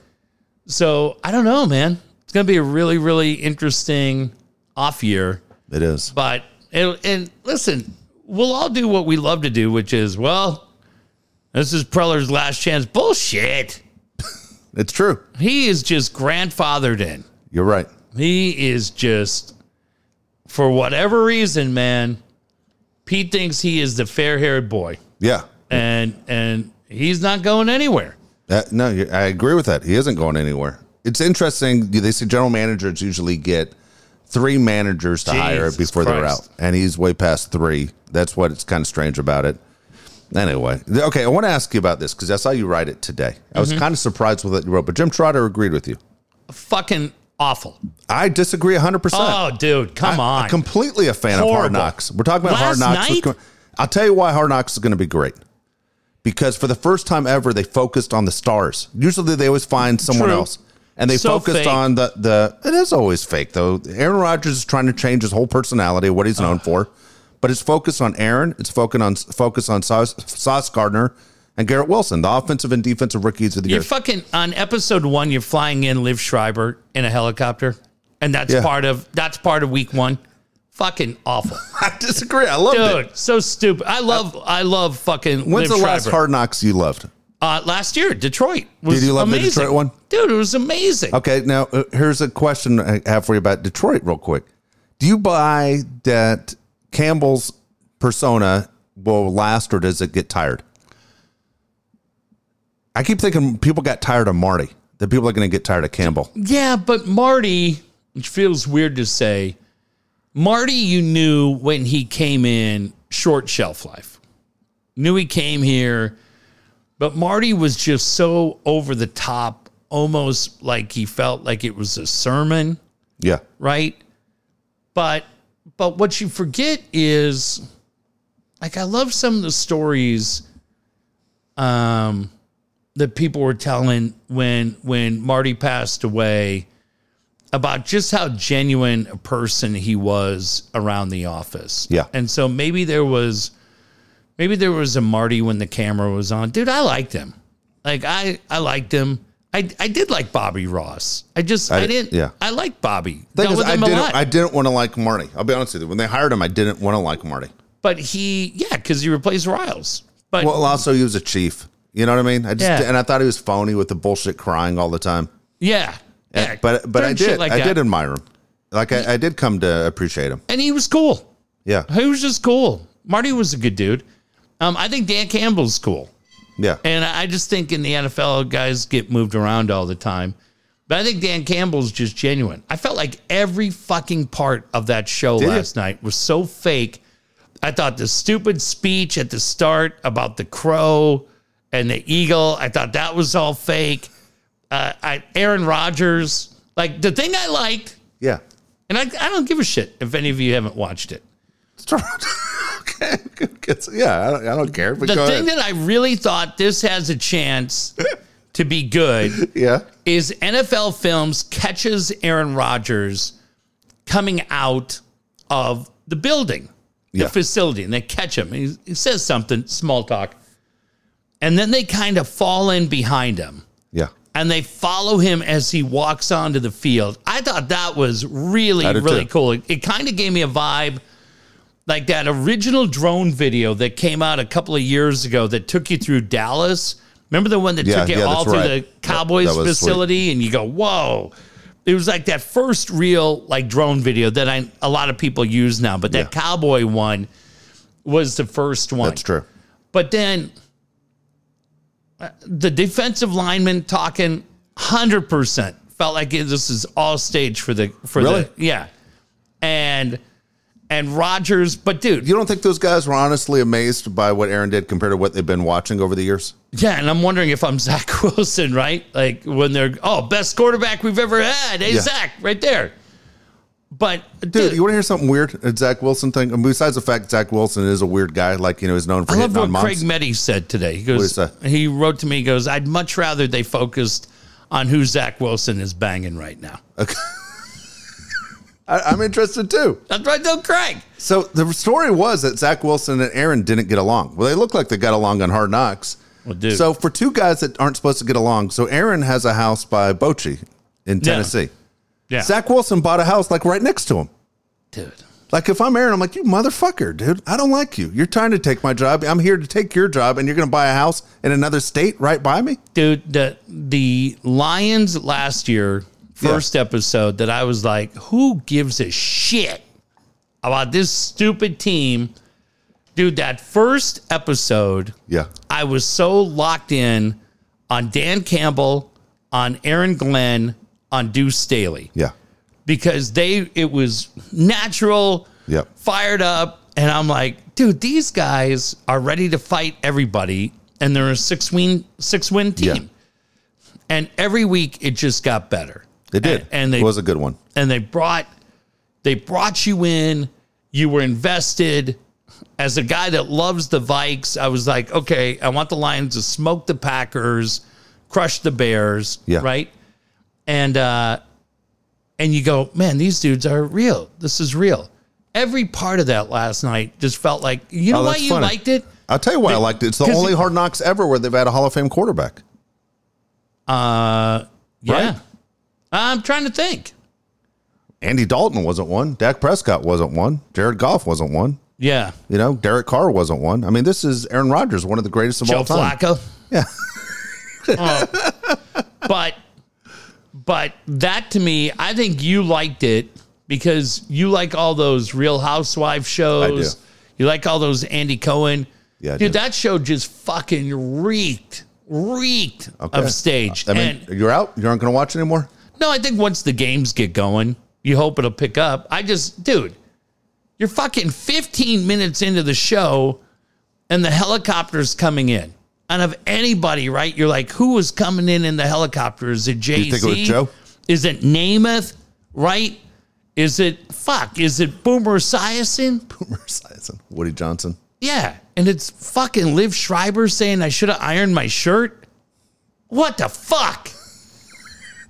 So I don't know, man. It's going to be a really, really interesting off year. It is. But and, and listen, we'll all do what we love to do, which is well, this is Preller's last chance. Bullshit. It's true. He is just grandfathered in. You're right. He is just for whatever reason, man. Pete thinks he is the fair-haired boy, Yeah. and and he's not going anywhere. Uh, no, you- I agree with that. He isn't going anywhere. It's interesting. They say general managers usually get three managers to hire Jesus before they're out, Christ. and he's way past three. That's what it's kind of strange about it. Anyway, th- okay, I want to ask you about this because I saw you write it today. I Mm-hmm. was kind of surprised with what you wrote, but Jim Trotter agreed with you. Fucking awful. I disagree 100%. Oh, dude, come I- on. I'm completely a fan of Hard Horrible. Knocks. We're talking about Hard Last Knocks. was night? com- I'll tell you why Hard Knocks is going to be great. Because for the first time ever, they focused on the stars. Usually, they always find someone True. else, and they So focused fake. on the the. It is always fake though. Aaron Rodgers is trying to change his whole personality, what he's known for, but it's focused on Aaron. It's focused on focused on Sauce, Sauce Gardner and Garrett Wilson, the offensive and defensive rookies of the year. You're fucking on episode one. You're flying in Liv Schreiber in a helicopter, and that's Yeah. part of that's part of week one. Fucking awful, I disagree. I loved it. dude. So stupid. I love I love fucking. When's Liv the last Schreiber. Hard Knocks you loved? Uh, last year, Detroit. Was Did you love the amazing. Detroit one? dude? It was amazing. Okay, now uh, here's a question I have for you about Detroit, real quick. Do you buy that Campbell's persona will last, or does it get tired? I keep thinking people got tired of Marty. That people are going to get tired of Campbell. Yeah, but Marty, which feels weird to say, Marty, you knew when he came in, short shelf life. Knew he came here, but Marty was just so over the top, almost like he felt like it was a sermon, Yeah, right? But but what you forget is like I love some of the stories um that people were telling when when Marty passed away about just how genuine a person he was around the office. Yeah. And so maybe there was maybe there was a Marty when the camera was on. Dude, I liked him. Like I I liked him. I, I did like Bobby Ross. I just I, I- didn't yeah. I liked Bobby. thing Dealt is, with I him a didn't. lot. I didn't want to like Marty. I'll be honest with you. When they hired him, I didn't want to like Marty. but he yeah, because he replaced Riles. But Well, also he was a chief. You know what I mean? I just Yeah. and I thought he was phony with the bullshit crying all the time. yeah, yeah, But but I certain shit did. I that. did admire him. Like I, I did come to appreciate him. and he was cool. Yeah. He was just cool. Marty was a good dude. Um, I think Dan Campbell's cool, Yeah. and I I just think in the NFL guys get moved around all the time. But I think Dan Campbell's just genuine. I felt like every fucking part of that show you? last night was so fake. I thought the stupid speech at the start about the crow and the eagle, I thought that was all fake. Uh, I, Aaron Rodgers, Like the thing I liked, Yeah. and I, I don't give a shit if any of you haven't watched it. It's Toronto. okay. It's- yeah, I don't, I don't care. But The go thing ahead. that I really thought this has a chance to be good yeah. is NFL Films catches Aaron Rodgers coming out of the building, the Yeah. facility, and they catch him. He, he says something, small talk. And then they kind of fall in behind him Yeah. and they follow him as he walks onto the field. I thought that was really, did really too. cool. It, it kind of gave me a vibe like that original drone video that came out a couple of years ago that took you through Dallas. Remember the one that Yeah, took you yeah, that's all through right. the Cowboys That- that was sweet. facility, and you go, "Whoa!" It was like that first real like drone video that I a lot of people use now, but that Yeah. cowboy one was the first one. That's true. But then uh, the defensive lineman talking 100% felt like it- this is all stage for the for Really? the yeah. And and Rogers, but dude, You don't think those guys were honestly amazed by what Aaron did compared to what they've been watching over the years? yeah, and I'm wondering if I'm Zach Wilson, right? Like when they're oh, best quarterback we've ever had. Hey Yeah. Zach, right there. But Dude, you want to hear something weird? A Zach Wilson thing. And besides the fact Zach Wilson is a weird guy, like you know, is known for I love hitting what on moms. Craig Meddy said today. He What is goes, that? he wrote to me, he goes, I'd much rather they focused on who Zach Wilson is banging right now. I, I'm interested too. That's right, though, Craig. So the story was that Zach Wilson and Aaron didn't get along. Well, they look like they got along on Hard Knocks. Well, dude. So for two guys that aren't supposed to get along, so Aaron has a house by Bochi in Tennessee. Yeah. Zach Wilson bought a house like right next to him. Dude. Like if I'm Aaron, I'm like, you motherfucker, dude. I don't like you. You're trying to take my job. I'm here to take your job, and you're going to buy a house in another state right by me. Dude, the the Lions last year, first episode that I was like, who gives a shit about this stupid team? Dude, that first episode, Yeah. I was so locked in on Dan Campbell, on Aaron Glenn, on Deuce Staley. Yeah. because they it was natural, Yep. fired up, and I'm like, dude, these guys are ready to fight everybody, and they're a six win six win team. Yeah. And every week it just got better. They did. And, and they it was a good one. and they brought they brought you in. You were invested. As a guy that loves the Vikes, I was like, okay, I want the Lions to smoke the Packers, crush the Bears, Yeah. right? And uh, and you go, man, these dudes are real. This is real. Every part of that last night just felt like you know Oh, why that's you funny. liked it. I'll tell you why I liked it. It's the 'cause only it- Hard Knocks ever where they've had a Hall of Fame quarterback. Uh, yeah, Right. I'm trying to think. Andy Dalton wasn't one. Dak Prescott wasn't one. Jared Goff wasn't one. Yeah, You know, Derek Carr wasn't one. I mean, this is Aaron Rodgers, one of the greatest of Joe all time. Flacco. Yeah. Oh. but but that to me, I think you liked it because you like all those Real Housewife I shows. do. You like all those Andy Cohen. Yeah, I dude, do. that show just fucking reeked, reeked Okay. of stage. I mean, and you're out. You aren't going to watch anymore. no, I think once the games get going, you hope it'll pick up. I just, dude, you're fucking 15 minutes into the show and the helicopter's coming in. And of anybody, right? You're like, who was coming in in the helicopter? Is it Jay Z? think it was Joe? Is it Namath? Right? Is it fuck? Is it Boomer Esiason? Boomer Esiason, Woody Johnson. Yeah, and it's fucking Liv Schreiber saying I should have ironed my shirt. What the fuck?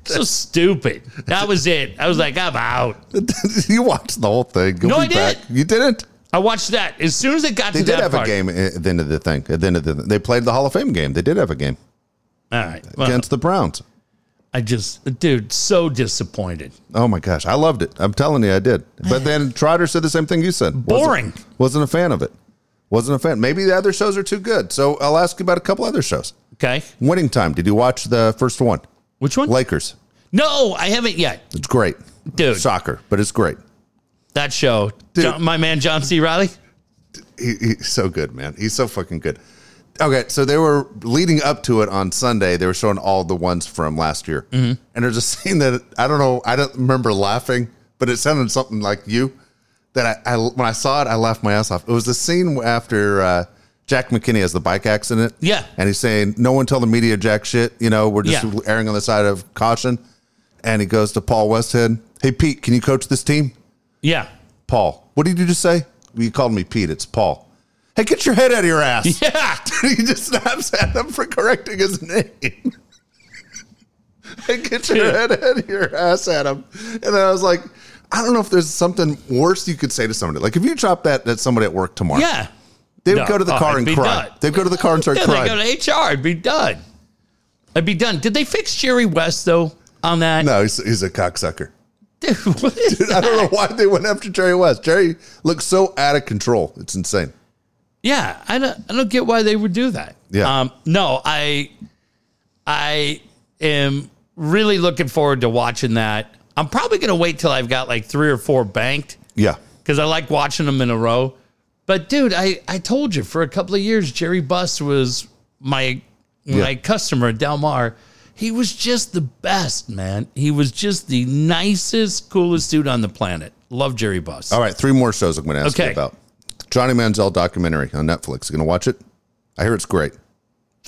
so stupid. That was it. I was like, I'm out. you watched the whole thing. You'll No, be I didn't. back. You didn't. I watched that as soon as it got They to did that have part. a game at the end of the thing. At the end of the, they played the Hall of Fame game. They did have a game All right. Well, against the Browns. I just, dude, so disappointed. Oh my gosh, I loved it. I'm telling you, I did. But then Trotter said the same thing you said. Wasn't- Boring. Wasn't, a fan of it. Wasn't a fan. Maybe the other shows are too good. So I'll ask you about a couple other shows. Okay, Winning Time. Did you watch the first one? which one? Lakers. no, I haven't yet, It's great. dude. Soccer, but it's great. That show, Dude. John- my man John C. Riley. He, he's so good, man. He's so fucking good. Okay, so they were leading up to it on Sunday. They were showing all the ones from last year, Mm-hmm. and there's a scene that I don't know. I don't remember laughing, but it sounded something like you. That I, I when I saw it, I laughed my ass off. It was the scene after uh, Jack McKinney has the bike accident. Yeah. and he's saying, "No one tell the media jack shit." You know, we're just Yeah. erring on the side of caution. and he goes to Paul Westhead. Hey, Pete, can you coach this team? Yeah. Paul, what did you just say? Well, you called me Pete. It's Paul. Hey, get your head out of your ass. Yeah. he just snaps at him for correcting his name. hey, get your Dude. head out of your ass, Adam. And then I was like, I don't know if there's something worse you could say to somebody. Like if you drop that at somebody at work tomorrow, Yeah. they would No. go to the Oh, car I'd and be cry. done. They'd go to the car and start Yeah, crying. they go to HR. It'd be done. I'd be done. Did they fix Jerry West though on that? no, he's, he's a cocksucker. Dude, what is I don't know why they went after Jerry West. Jerry looks so out of control. It's insane. Yeah, I don't I don't get why they would do that. Yeah. Um, no, I I am really looking forward to watching that. I'm probably gonna wait till I've got like three or four banked Yeah. because I like watching them in a row. But dude, I, I told you for a couple of years, Jerry Buss was my my Yeah. customer at Del Mar. He was just the best, man. He was just the nicest, coolest dude on the planet. Love Jerry Buss. All right, three more shows I'm going to ask you Okay. about. Johnny Manziel documentary on Netflix. You going to watch it? I hear it's great.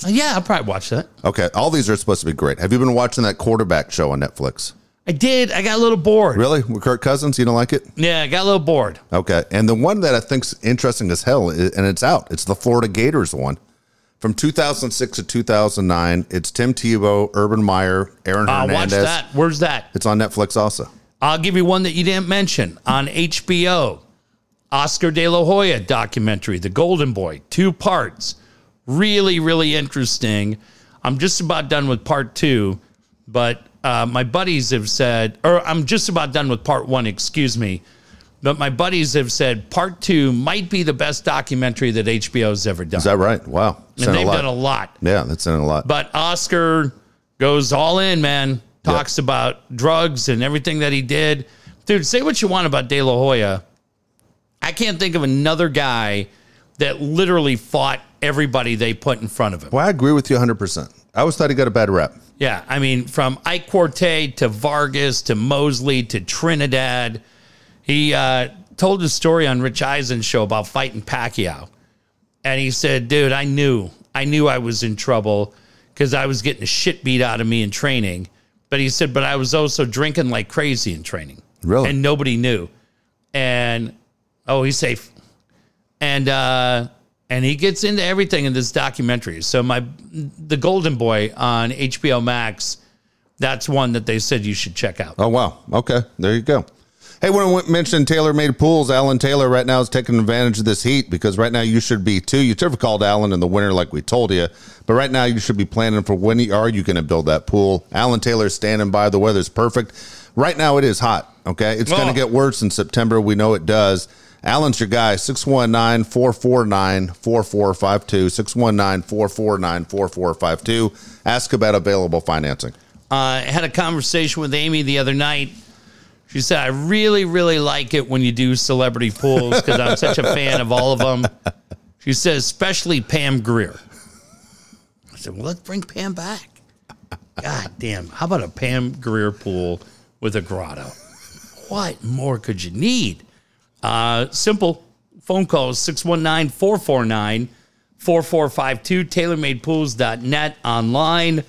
Yeah, I'll probably watch that. Okay, all these are supposed to be great. Have you been watching that quarterback show on Netflix? I did. I got a little bored. Really? With Kirk Cousins? You don't like it? Yeah, I got a little bored. Okay. And the one that I think's interesting as hell, i- and it's out. It's the Florida Gators one from 2006 to 2009. It's Tim Tebow, Urban Meyer, Aaron Uh, watch Hernandez. that. Where's that? It's on Netflix also. I'll give you one that you didn't mention on HBO. Oscar de la Hoya documentary, The Golden Boy, two parts. Really, really interesting. I'm just about done with part two, but uh, my buddies have said, or I'm just about done with part one, excuse me. But my buddies have said part two might be the best documentary that HBO's ever done. Is that right? Wow. It's in and they've a lot. done a lot. yeah, that's in a lot. But Oscar goes all in, man. Talks about drugs and everything that he did. Dude, say what you want about De La Hoya. I can't think of another guy that literally fought everybody they put in front of him. well, I agree with you 100%. I always thought he got a bad rap. Yeah, I mean, from Ike Quartet to Vargas to Mosley to Trinidad, he uh, told his story on Rich Eisen's show about fighting Pacquiao, and he said, "Dude, I knew, I knew I was in trouble because I was getting the shit beat out of me in training." But he said, "But I was also drinking like crazy in training, Really? and nobody knew." And oh, he's safe and uh and he gets into everything in this documentary. So my the Golden Boy on HBO Max, that's one that they said you should check out. Uh, Oh wow. Okay, there you go. Hey, when I went- mentioned Taylor made pools, Alan Taylor right now is taking advantage of this heat because right now you should be too. You never called Alan in the winter like we told you, but right now you should be planning for when you- are you going to build that pool. Alan Taylor's standing by. The weather's perfect. Right now it is hot. Okay, it's going to Oh. get worse in September. We know it does. Alan's your guy, 619 449 4452. 619 449 4452. Ask about available financing. Uh, I had a conversation with Amy the other night. She said, "I really, really like it when you do celebrity pools because I'm such a fan of all of them." She said, "Especially Pam Greer." I said, "Well, let's bring Pam back." God damn! How about a Pam Greer pool with a grotto? What more could you need? Uh, simple phone calls 619 449 4452, tailormadepools.net online.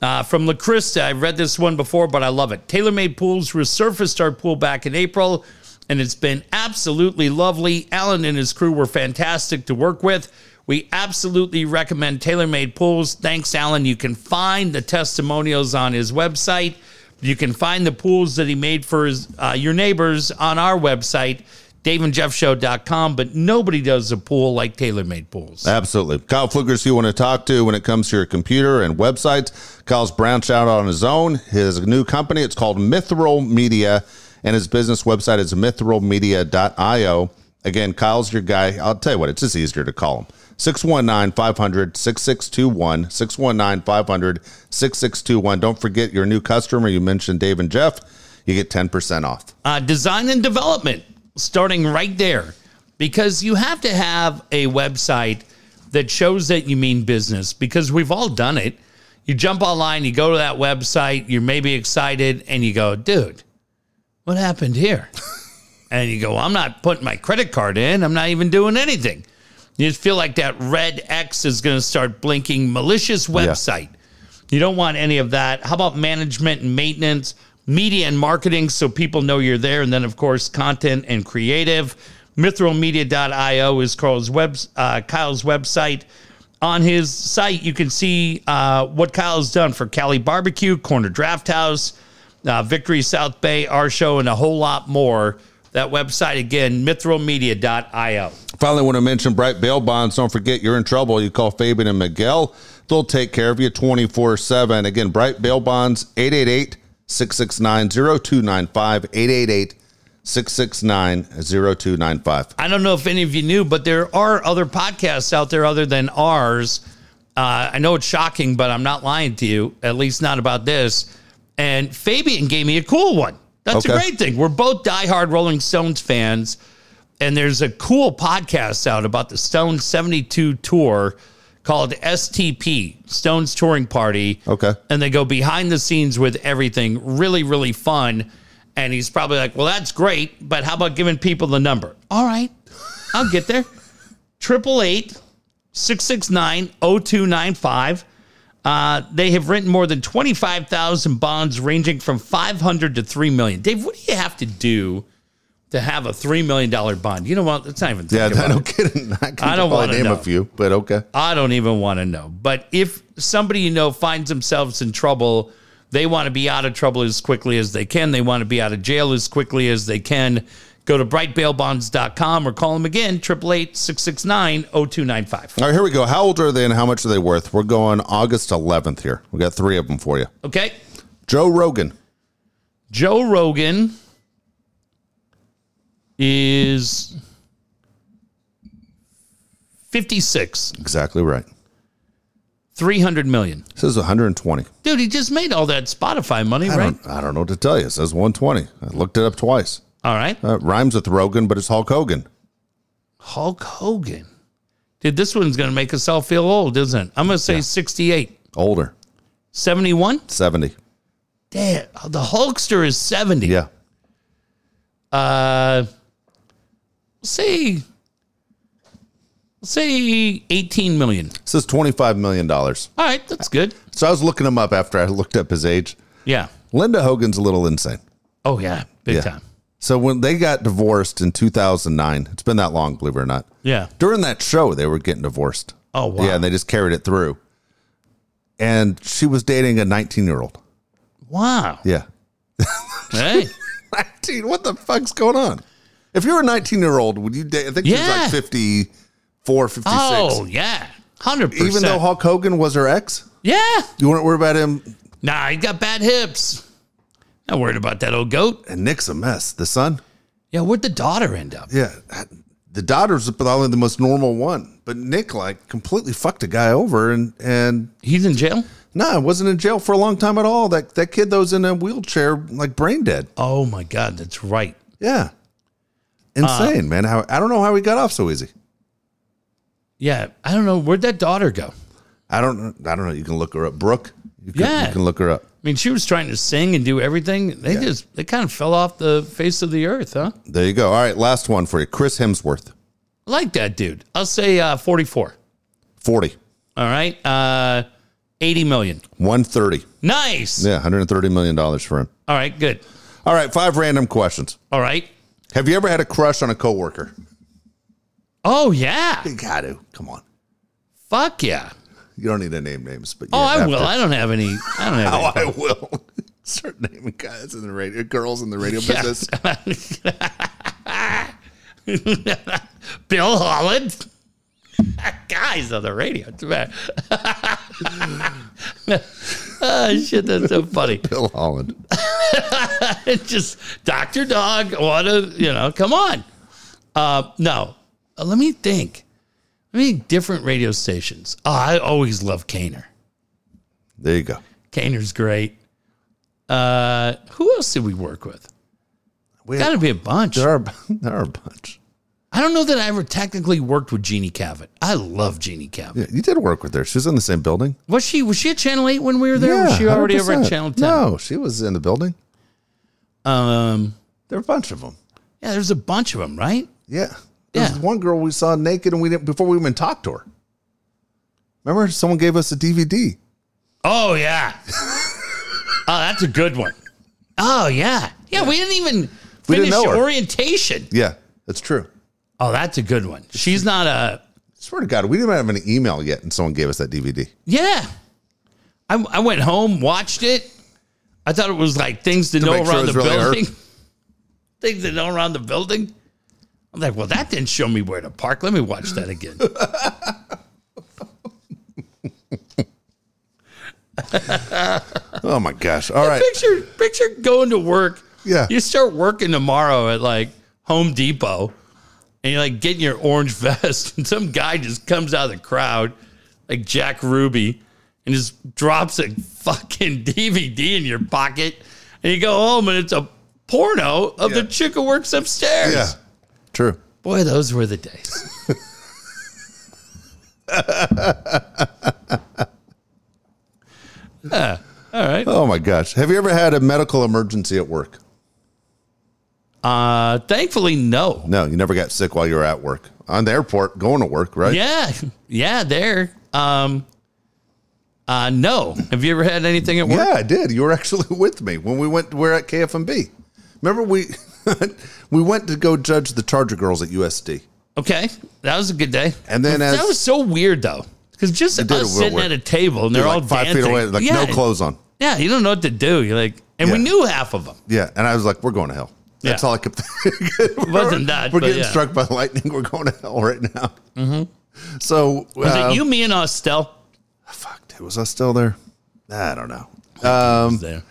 Uh, from La Crista, I've read this one before, but I love it. TaylorMade Pools resurfaced our pool back in April, and it's been absolutely lovely. Alan and his crew were fantastic to work with. We absolutely recommend TaylorMade Pools. Thanks, Alan. You can find the testimonials on his website. You can find the pools that he made for his, uh, your neighbors on our website, daveandjeffshow.com. But nobody does a pool like TaylorMade Pools. Absolutely. Kyle Fluker's who you want to talk to when it comes to your computer and websites. Kyle's branched out on his own. His new company, it's called Mithril Media, and his business website is mithrilmedia.io. Again, Kyle's your guy. I'll tell you what, it's just easier to call him. 619 500 6621. 619 500 6621. Don't forget your new customer. You mentioned Dave and Jeff. You get 10% off. uh, design and development starting right there because you have to have a website that shows that you mean business because we've all done it you jump online you go to that website you're maybe excited and you go dude what happened here and you go i'm not putting my credit card in i'm not even doing anything you just feel like that red x is going to start blinking malicious website you don't want any of that. How about management and maintenance? media and marketing so people know you're there. And then, of course, content and creative. Mithralmedia.io is Carl's web, uh, Kyle's website. On his site, you can see uh, what Kyle's done for Cali Barbecue, Corner Draft House, uh, Victory South Bay, our show, and a whole lot more. That website again, mithralmedia.io. Finally, want to mention Bright Bail Bonds. Don't forget, you're in trouble. You call Fabian and Miguel, they'll take care of you 24 7. Again, Bright Bail Bonds, 888 669 0295, 888 669 0295. I don't know if any of you knew, but there are other podcasts out there other than ours. Uh, I know it's shocking, but I'm not lying to you, at least not about this. And Fabian gave me a cool one. That's a Okay. great thing. We're both diehard Rolling Stones fans, and there's a cool podcast out about the Stones 72 tour called STP, Stones Touring Party Okay. and they go behind the scenes with everything. Really, really fun. And he's probably like, well, that's great, but how about giving people the number? All right, I'll get there. 888 669 0295. Uh, They have written more than 25,000 bonds ranging from 500 to 3 million. Dave, what do you have to do to have a $3 million bond? You know what? Let's not even think Yeah, about I it. don't get it. I, can I don't probably wanna name know. a few, but okay. I don't even want to know. But if somebody you know finds themselves in trouble, they want to be out of trouble as quickly as they can. They want to be out of jail as quickly as they can. Go to brightbailbonds.com or call them again, 888 669 0295. All right, here we go. How old are they and how much are they worth? We're going August 11th here. We got three of them for you. Okay. Joe Rogan, Joe Rogan is 56, exactly right. 300 million. This is 120. Dude, he just made all that Spotify money, I right? don't, I don't know what to tell you. It says 120. I looked it up twice. All right. Uh, it rhymes with Rogan, but it's Hulk Hogan. Hulk Hogan. Dude, this one's going to make us all feel old, isn't it? I'm going to say 68. Older, 71? 70. Damn, the Hulkster is 70. Yeah. Uh, say, say 18 million. It says $25 million. All right, that's good. So I was looking him up after I looked up his age. Yeah. Linda Hogan's a little insane. Oh, yeah. Big Yeah. time. So when they got divorced in 2009, it's been that long, believe it or not. Yeah. During that show, they were getting divorced. Oh, wow. Yeah, and they just carried it through. And she was dating a 19 year old. Wow. Yeah. Hey. 19? What the fuck's going on? If you were a 19 year old, would you date? I think she was Yeah. like 54, 56. Oh, yeah. 100%. Even though Hulk Hogan was her ex, yeah. you weren't worried about him. Nah, he got bad hips. Not worried about that old goat. And Nick's a mess. The son? Yeah, where'd the daughter end up? Yeah. The daughter's probably the most normal one. But Nick, like, completely fucked a guy over and, and He's in jail? No, I wasn't in jail for a long time at all. That that kid that was in a wheelchair, like brain dead. Oh my God, that's right. Yeah, insane, man. How I don't know how he got off so easy. Yeah, I don't know where'd that daughter go. I I don't. I don't know. You can look her up, Brooke. You can, Yeah. you can look her up. mean, she was trying to sing and do everything. They just they kind of fell off the face of the earth, huh? There you go. All right, last one for you, Chris Hemsworth, I like that dude. I'll say uh, forty-four. forty. All right, uh, eighty million. 130. Nice. Yeah, 130 million dollars for him. All right, good. All right, five random questions. All right. Have you ever had a crush on a coworker? Oh yeah, You got to. Come on. fuck yeah. You don't need to name names, but you Oh, I have will. to. I don't have any. I don't have. Oh, any. I will. Start naming guys in the radio, girls in the radio business. Bill Holland. Guys on the radio. It's bad. oh, shit, that's so funny. Bill Holland. It's just Dr. Dog, what a, you know, come on. Uh, no, Uh, let me think. Let me think different radio stations. Oh, I always love Kaner. There you go. Kaner's great. Uh, who else did we work with? We Got to be a bunch. there are there are a bunch. I don't know that I ever technically worked with Jeannie Cavett. I love Jeannie Cavett. Yeah, you did work with her. She was in the same building. Was she was she at Channel Eight when we were there? or was she already over at 100%. Channel Ten? No, she was in the building. Um, There are a bunch of them. yeah, there's a bunch of them, right? Yeah. There was Yeah. one girl we saw naked and we didn't before we even talked to her. Remember, someone gave us a DVD. Oh yeah. oh, that's a good one. Oh yeah. yeah, We didn't even We didn't finish know her. orientation. Yeah, that's true. Oh, that's a good one. She's not a Swear to God, we didn't even have an email yet, and someone gave us that DVD. yeah. I, I went home, watched it. I thought it was like things to, know make sure around it was the really her. building. things to know around the building. I'm like, well, that didn't show me where to park. Let me watch that again. Oh my gosh! All right, picture picture going to work. Yeah. You start working tomorrow at like Home Depot and you're like getting your orange vest and some guy just comes out of the crowd like Jack Ruby and just drops a fucking DVD in your pocket and you go home and it's a porno of the Yeah. chick who works upstairs. yeah, true. Boy, those were the days. Yeah. all right. Oh my gosh! Have you ever had a medical emergency at work? Uh, thankfully, no. No, you never got sick while you were at work. On the airport, going to work, right? Yeah, yeah, there. Um, uh, no. Have you ever had anything at work? Yeah, I did. You were actually with me when we went. We're at KFMB. Remember we we went to go judge the Charger girls at USD. Okay, that was a good day. And then that as- was so weird though, because just did us it real sitting weird. at a table and they're all like five dancing. feet away, like yeah, no clothes on. Yeah, you don't know what to do. You're like, and we Yeah. knew half of them. Yeah, and I was like, "We're going to hell." That's Yeah. all I kept thinking. It wasn't that, We're but getting yeah. struck by lightning. We're going to hell right now. So Mm-hmm. Was um, it you, me, and Estelle? Fuck, dude, was I still there? I don't know. Um, there.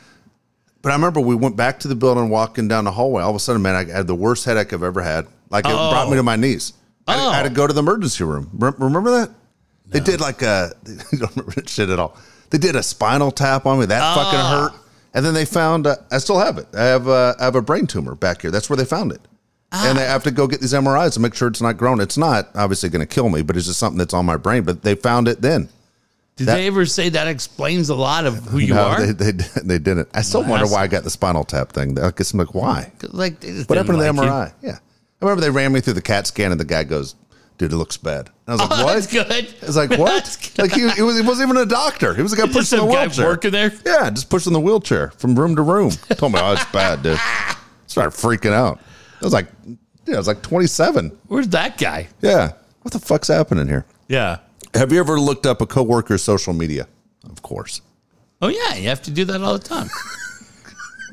But I remember we went back to the building, walking down the hallway. All of a sudden, man, I had the worst headache I've ever had. Like it Oh. brought me to my knees. I, had, I had Oh. to go to the emergency room. Re- Remember that? They did like a. You don't remember that shit at all. They did a spinal tap on me. That fucking Oh. hurt. And then they found uh, I still have it. I have uh, I have a brain tumor back here. That's where they found it. And they Ah. have to go get these MRIs to make sure it's not grown. It's not obviously going to kill me, but it's just something that's on my brain. But they found it then. Did they ever say that explains a lot of who you no, are? They, they they didn't. I still wonder that's- why I got the spinal tap thing. I guess I'm like, why? 'Cause, like, they just What didn't happened to the like MRI? you. Yeah. I remember they ran me through the CAT scan and the guy goes, dude, it looks bad. And I was like, Oh, what? that's good. I was like, That's what? good. like, he, it, was, it wasn't even a doctor. He was a guy Just pushing the some guy wheelchair. working there. Yeah, just pushing the wheelchair from room to room. Told me, oh, it's bad, dude. Started freaking out. I was like, yeah, I was like 27. Where's that guy? Yeah. What the fuck's happening here? Yeah. Have you ever looked up a coworker's social media? Of course. Oh yeah, you have to do that all the time.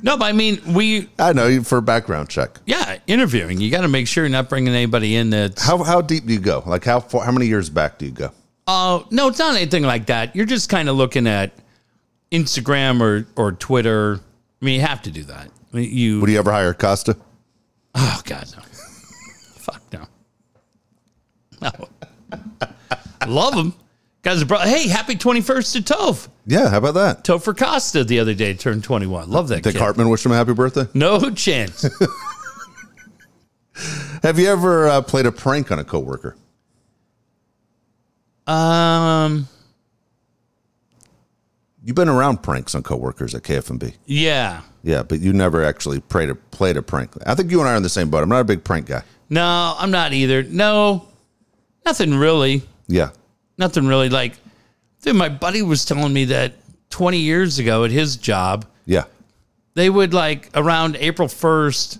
no, but I mean, we I know you for a background check. yeah, interviewing. You got to make sure you're not bringing anybody in that's. How how deep do you go? Like how far, how many years back do you go? Oh no, it's not anything like that. You're just kind of looking at Instagram or or Twitter. I mean, you have to do that. I mean, You, Would you ever hire Costa? oh god, no, fuck no, no. I Love him, guys. Are bro- hey, happy 21st to Tove. Yeah, how about that? Topher Costa the other day turned 21. Love that Dick kid. Hartman wished him a happy birthday. No chance. Have you ever uh, played a prank on a coworker? um. You've been around pranks on coworkers at KFMB. Yeah. Yeah, but you never actually played a, played a prank. I think you and I are in the same boat. I'm not a big prank guy. No, I'm not either. No, nothing really. Yeah. Nothing really. Like, dude, my buddy was telling me that 20 years ago at his job, Yeah. they would like around April 1st,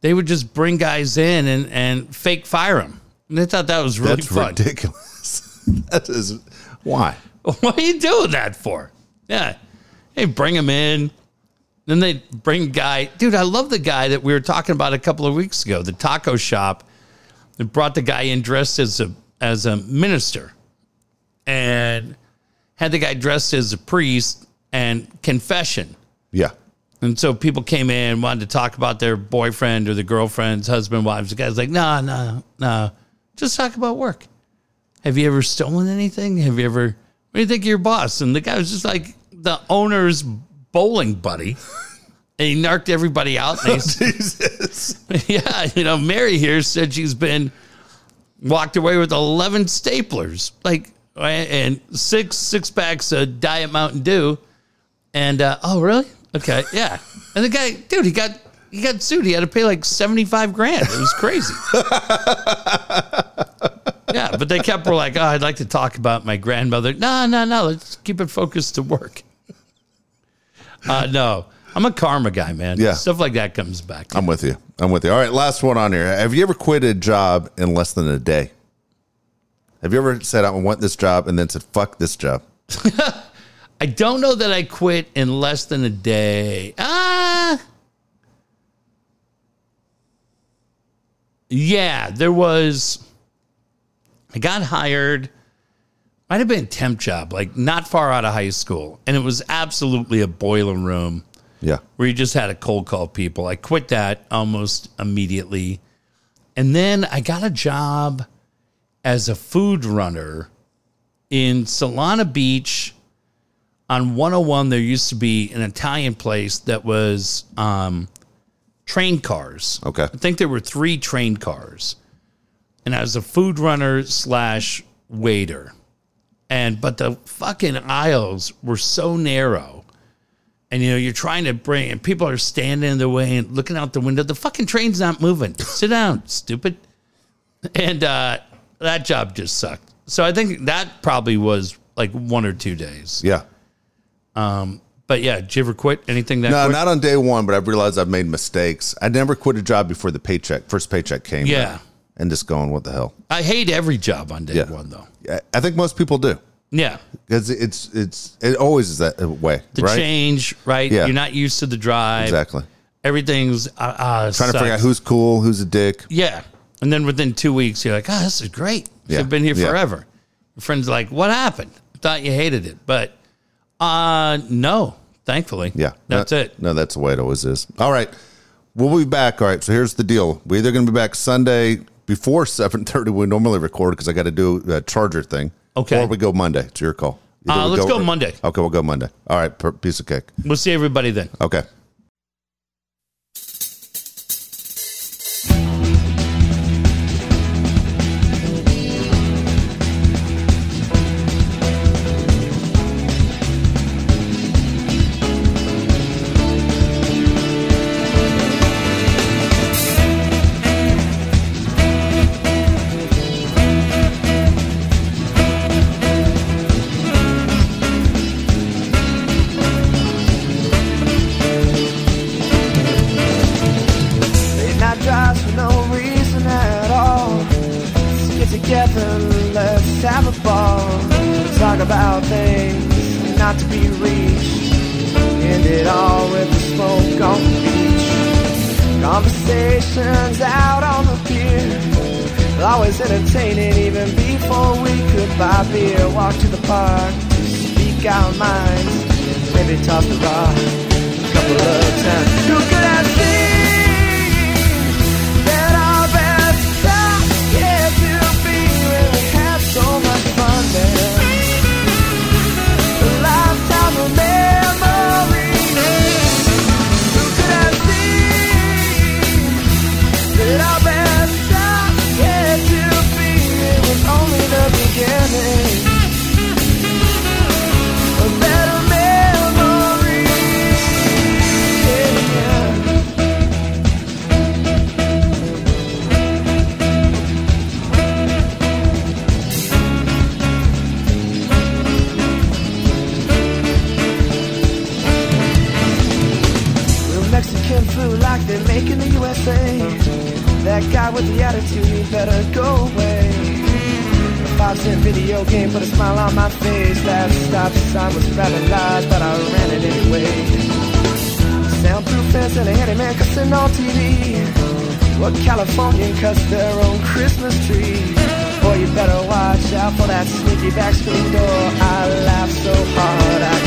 they would just bring guys in and, and fake fire them. And they thought that was really That's fun. ridiculous. that is why? What are you doing that for? Yeah. Hey, bring him in. Then they bring guy. Dude, I love the guy that we were talking about a couple of weeks ago, the taco shop. They brought the guy in dressed as a as a minister and had the guy dressed as a priest and confession. Yeah. And so people came in, wanted to talk about their boyfriend or the girlfriend's husband, wives. The guy's like, no, no, no. Just talk about work. Have you ever stolen anything? Have you ever, what do you think of your boss? And the guy was just like the owner's bowling buddy. And he narked everybody out. And he's, Jesus. yeah, you know, Mary here said she's been walked away with 11 staplers, like, and six six packs of Diet Mountain Dew. And, uh, oh, really? Okay, yeah. And the guy, dude, he got. He got sued. He had to pay like seventy five grand. It was crazy. yeah, but they kept were like, "Oh, I'd like to talk about my grandmother." No, no, no. Let's keep it focused to work. Uh, no, I'm a karma guy, man. Yeah. Stuff like that comes back. I'm with you. I'm with you. All right, last one on here. Have you ever quit a job in less than a day? Have you ever said I want this job and then said fuck this job? I don't know that I quit in less than a day. Ah. yeah, there was. I got hired. Might have been a temp job, like not far out of high school, and it was absolutely a boiler room Yeah. where you just had to cold call people. I quit that almost immediately. And then I got a job as a food runner in Solana Beach on 101. There used to be an Italian place that was um, train cars. Okay. I think there were three train cars. And I was a food runner slash waiter. And but the fucking aisles were so narrow and you know you're trying to bring and people are standing in the way and looking out the window the fucking train's not moving sit down stupid and uh that job just sucked so i think that probably was like one or two days Yeah. but yeah did you ever quit anything that No, quick? Uh, not on day one, but I've realized I've made mistakes. I never quit a job before the paycheck, first paycheck came. Yeah. And just going, what the hell? i hate every job on day Yeah. one though I- I think most people do yeah because it's, it's, it always is that way, the right? change right Yeah. you're not used to the drive Exactly. everything's uh, uh Trying to figure out who's cool, who's a dick. Yeah. And then within two weeks, you're like, oh, this is great. Yeah. I've been here Yeah. forever. Your friend's like, what happened? Thought you hated it. But uh no, thankfully. Yeah. That's No- it. No, that's the way it always is. All right. We'll be back. All right. So here's the deal. We're either going to be back Sunday before 7.30. We normally record because I got to do a charger thing. Okay. Or we go Monday. It's your call. Either we Uh, let's go Monday. Okay. We'll go Monday. All right. Per- piece of cake. We'll see everybody then. Okay. Late night drives for no reason at all. Let's get together, let's have a ball. Talk about things not to be reached. End it all with a smoke on the beach. Conversations out on the pier. Always entertaining even before we could buy beer. Walk to the park, speak our minds, and maybe toss the rock. a Couple of times. You could have seen that our best stuff yet to be when we had so much fun then. A lifetime of memories. Who could have seen that our best stuff yet to be? It was only the beginning. A better memory. Yeah. Real Mexican food like they make in the USA. That guy with the attitude, he better go away. Five cent video game put a smile on my face. That stop sign was rather large, but I ran it anyway. Soundproof fence and a handyman cussing on TV. What Californian cuts their own Christmas tree? Boy, you better watch out for that sneaky back screen door. I laughed so hard I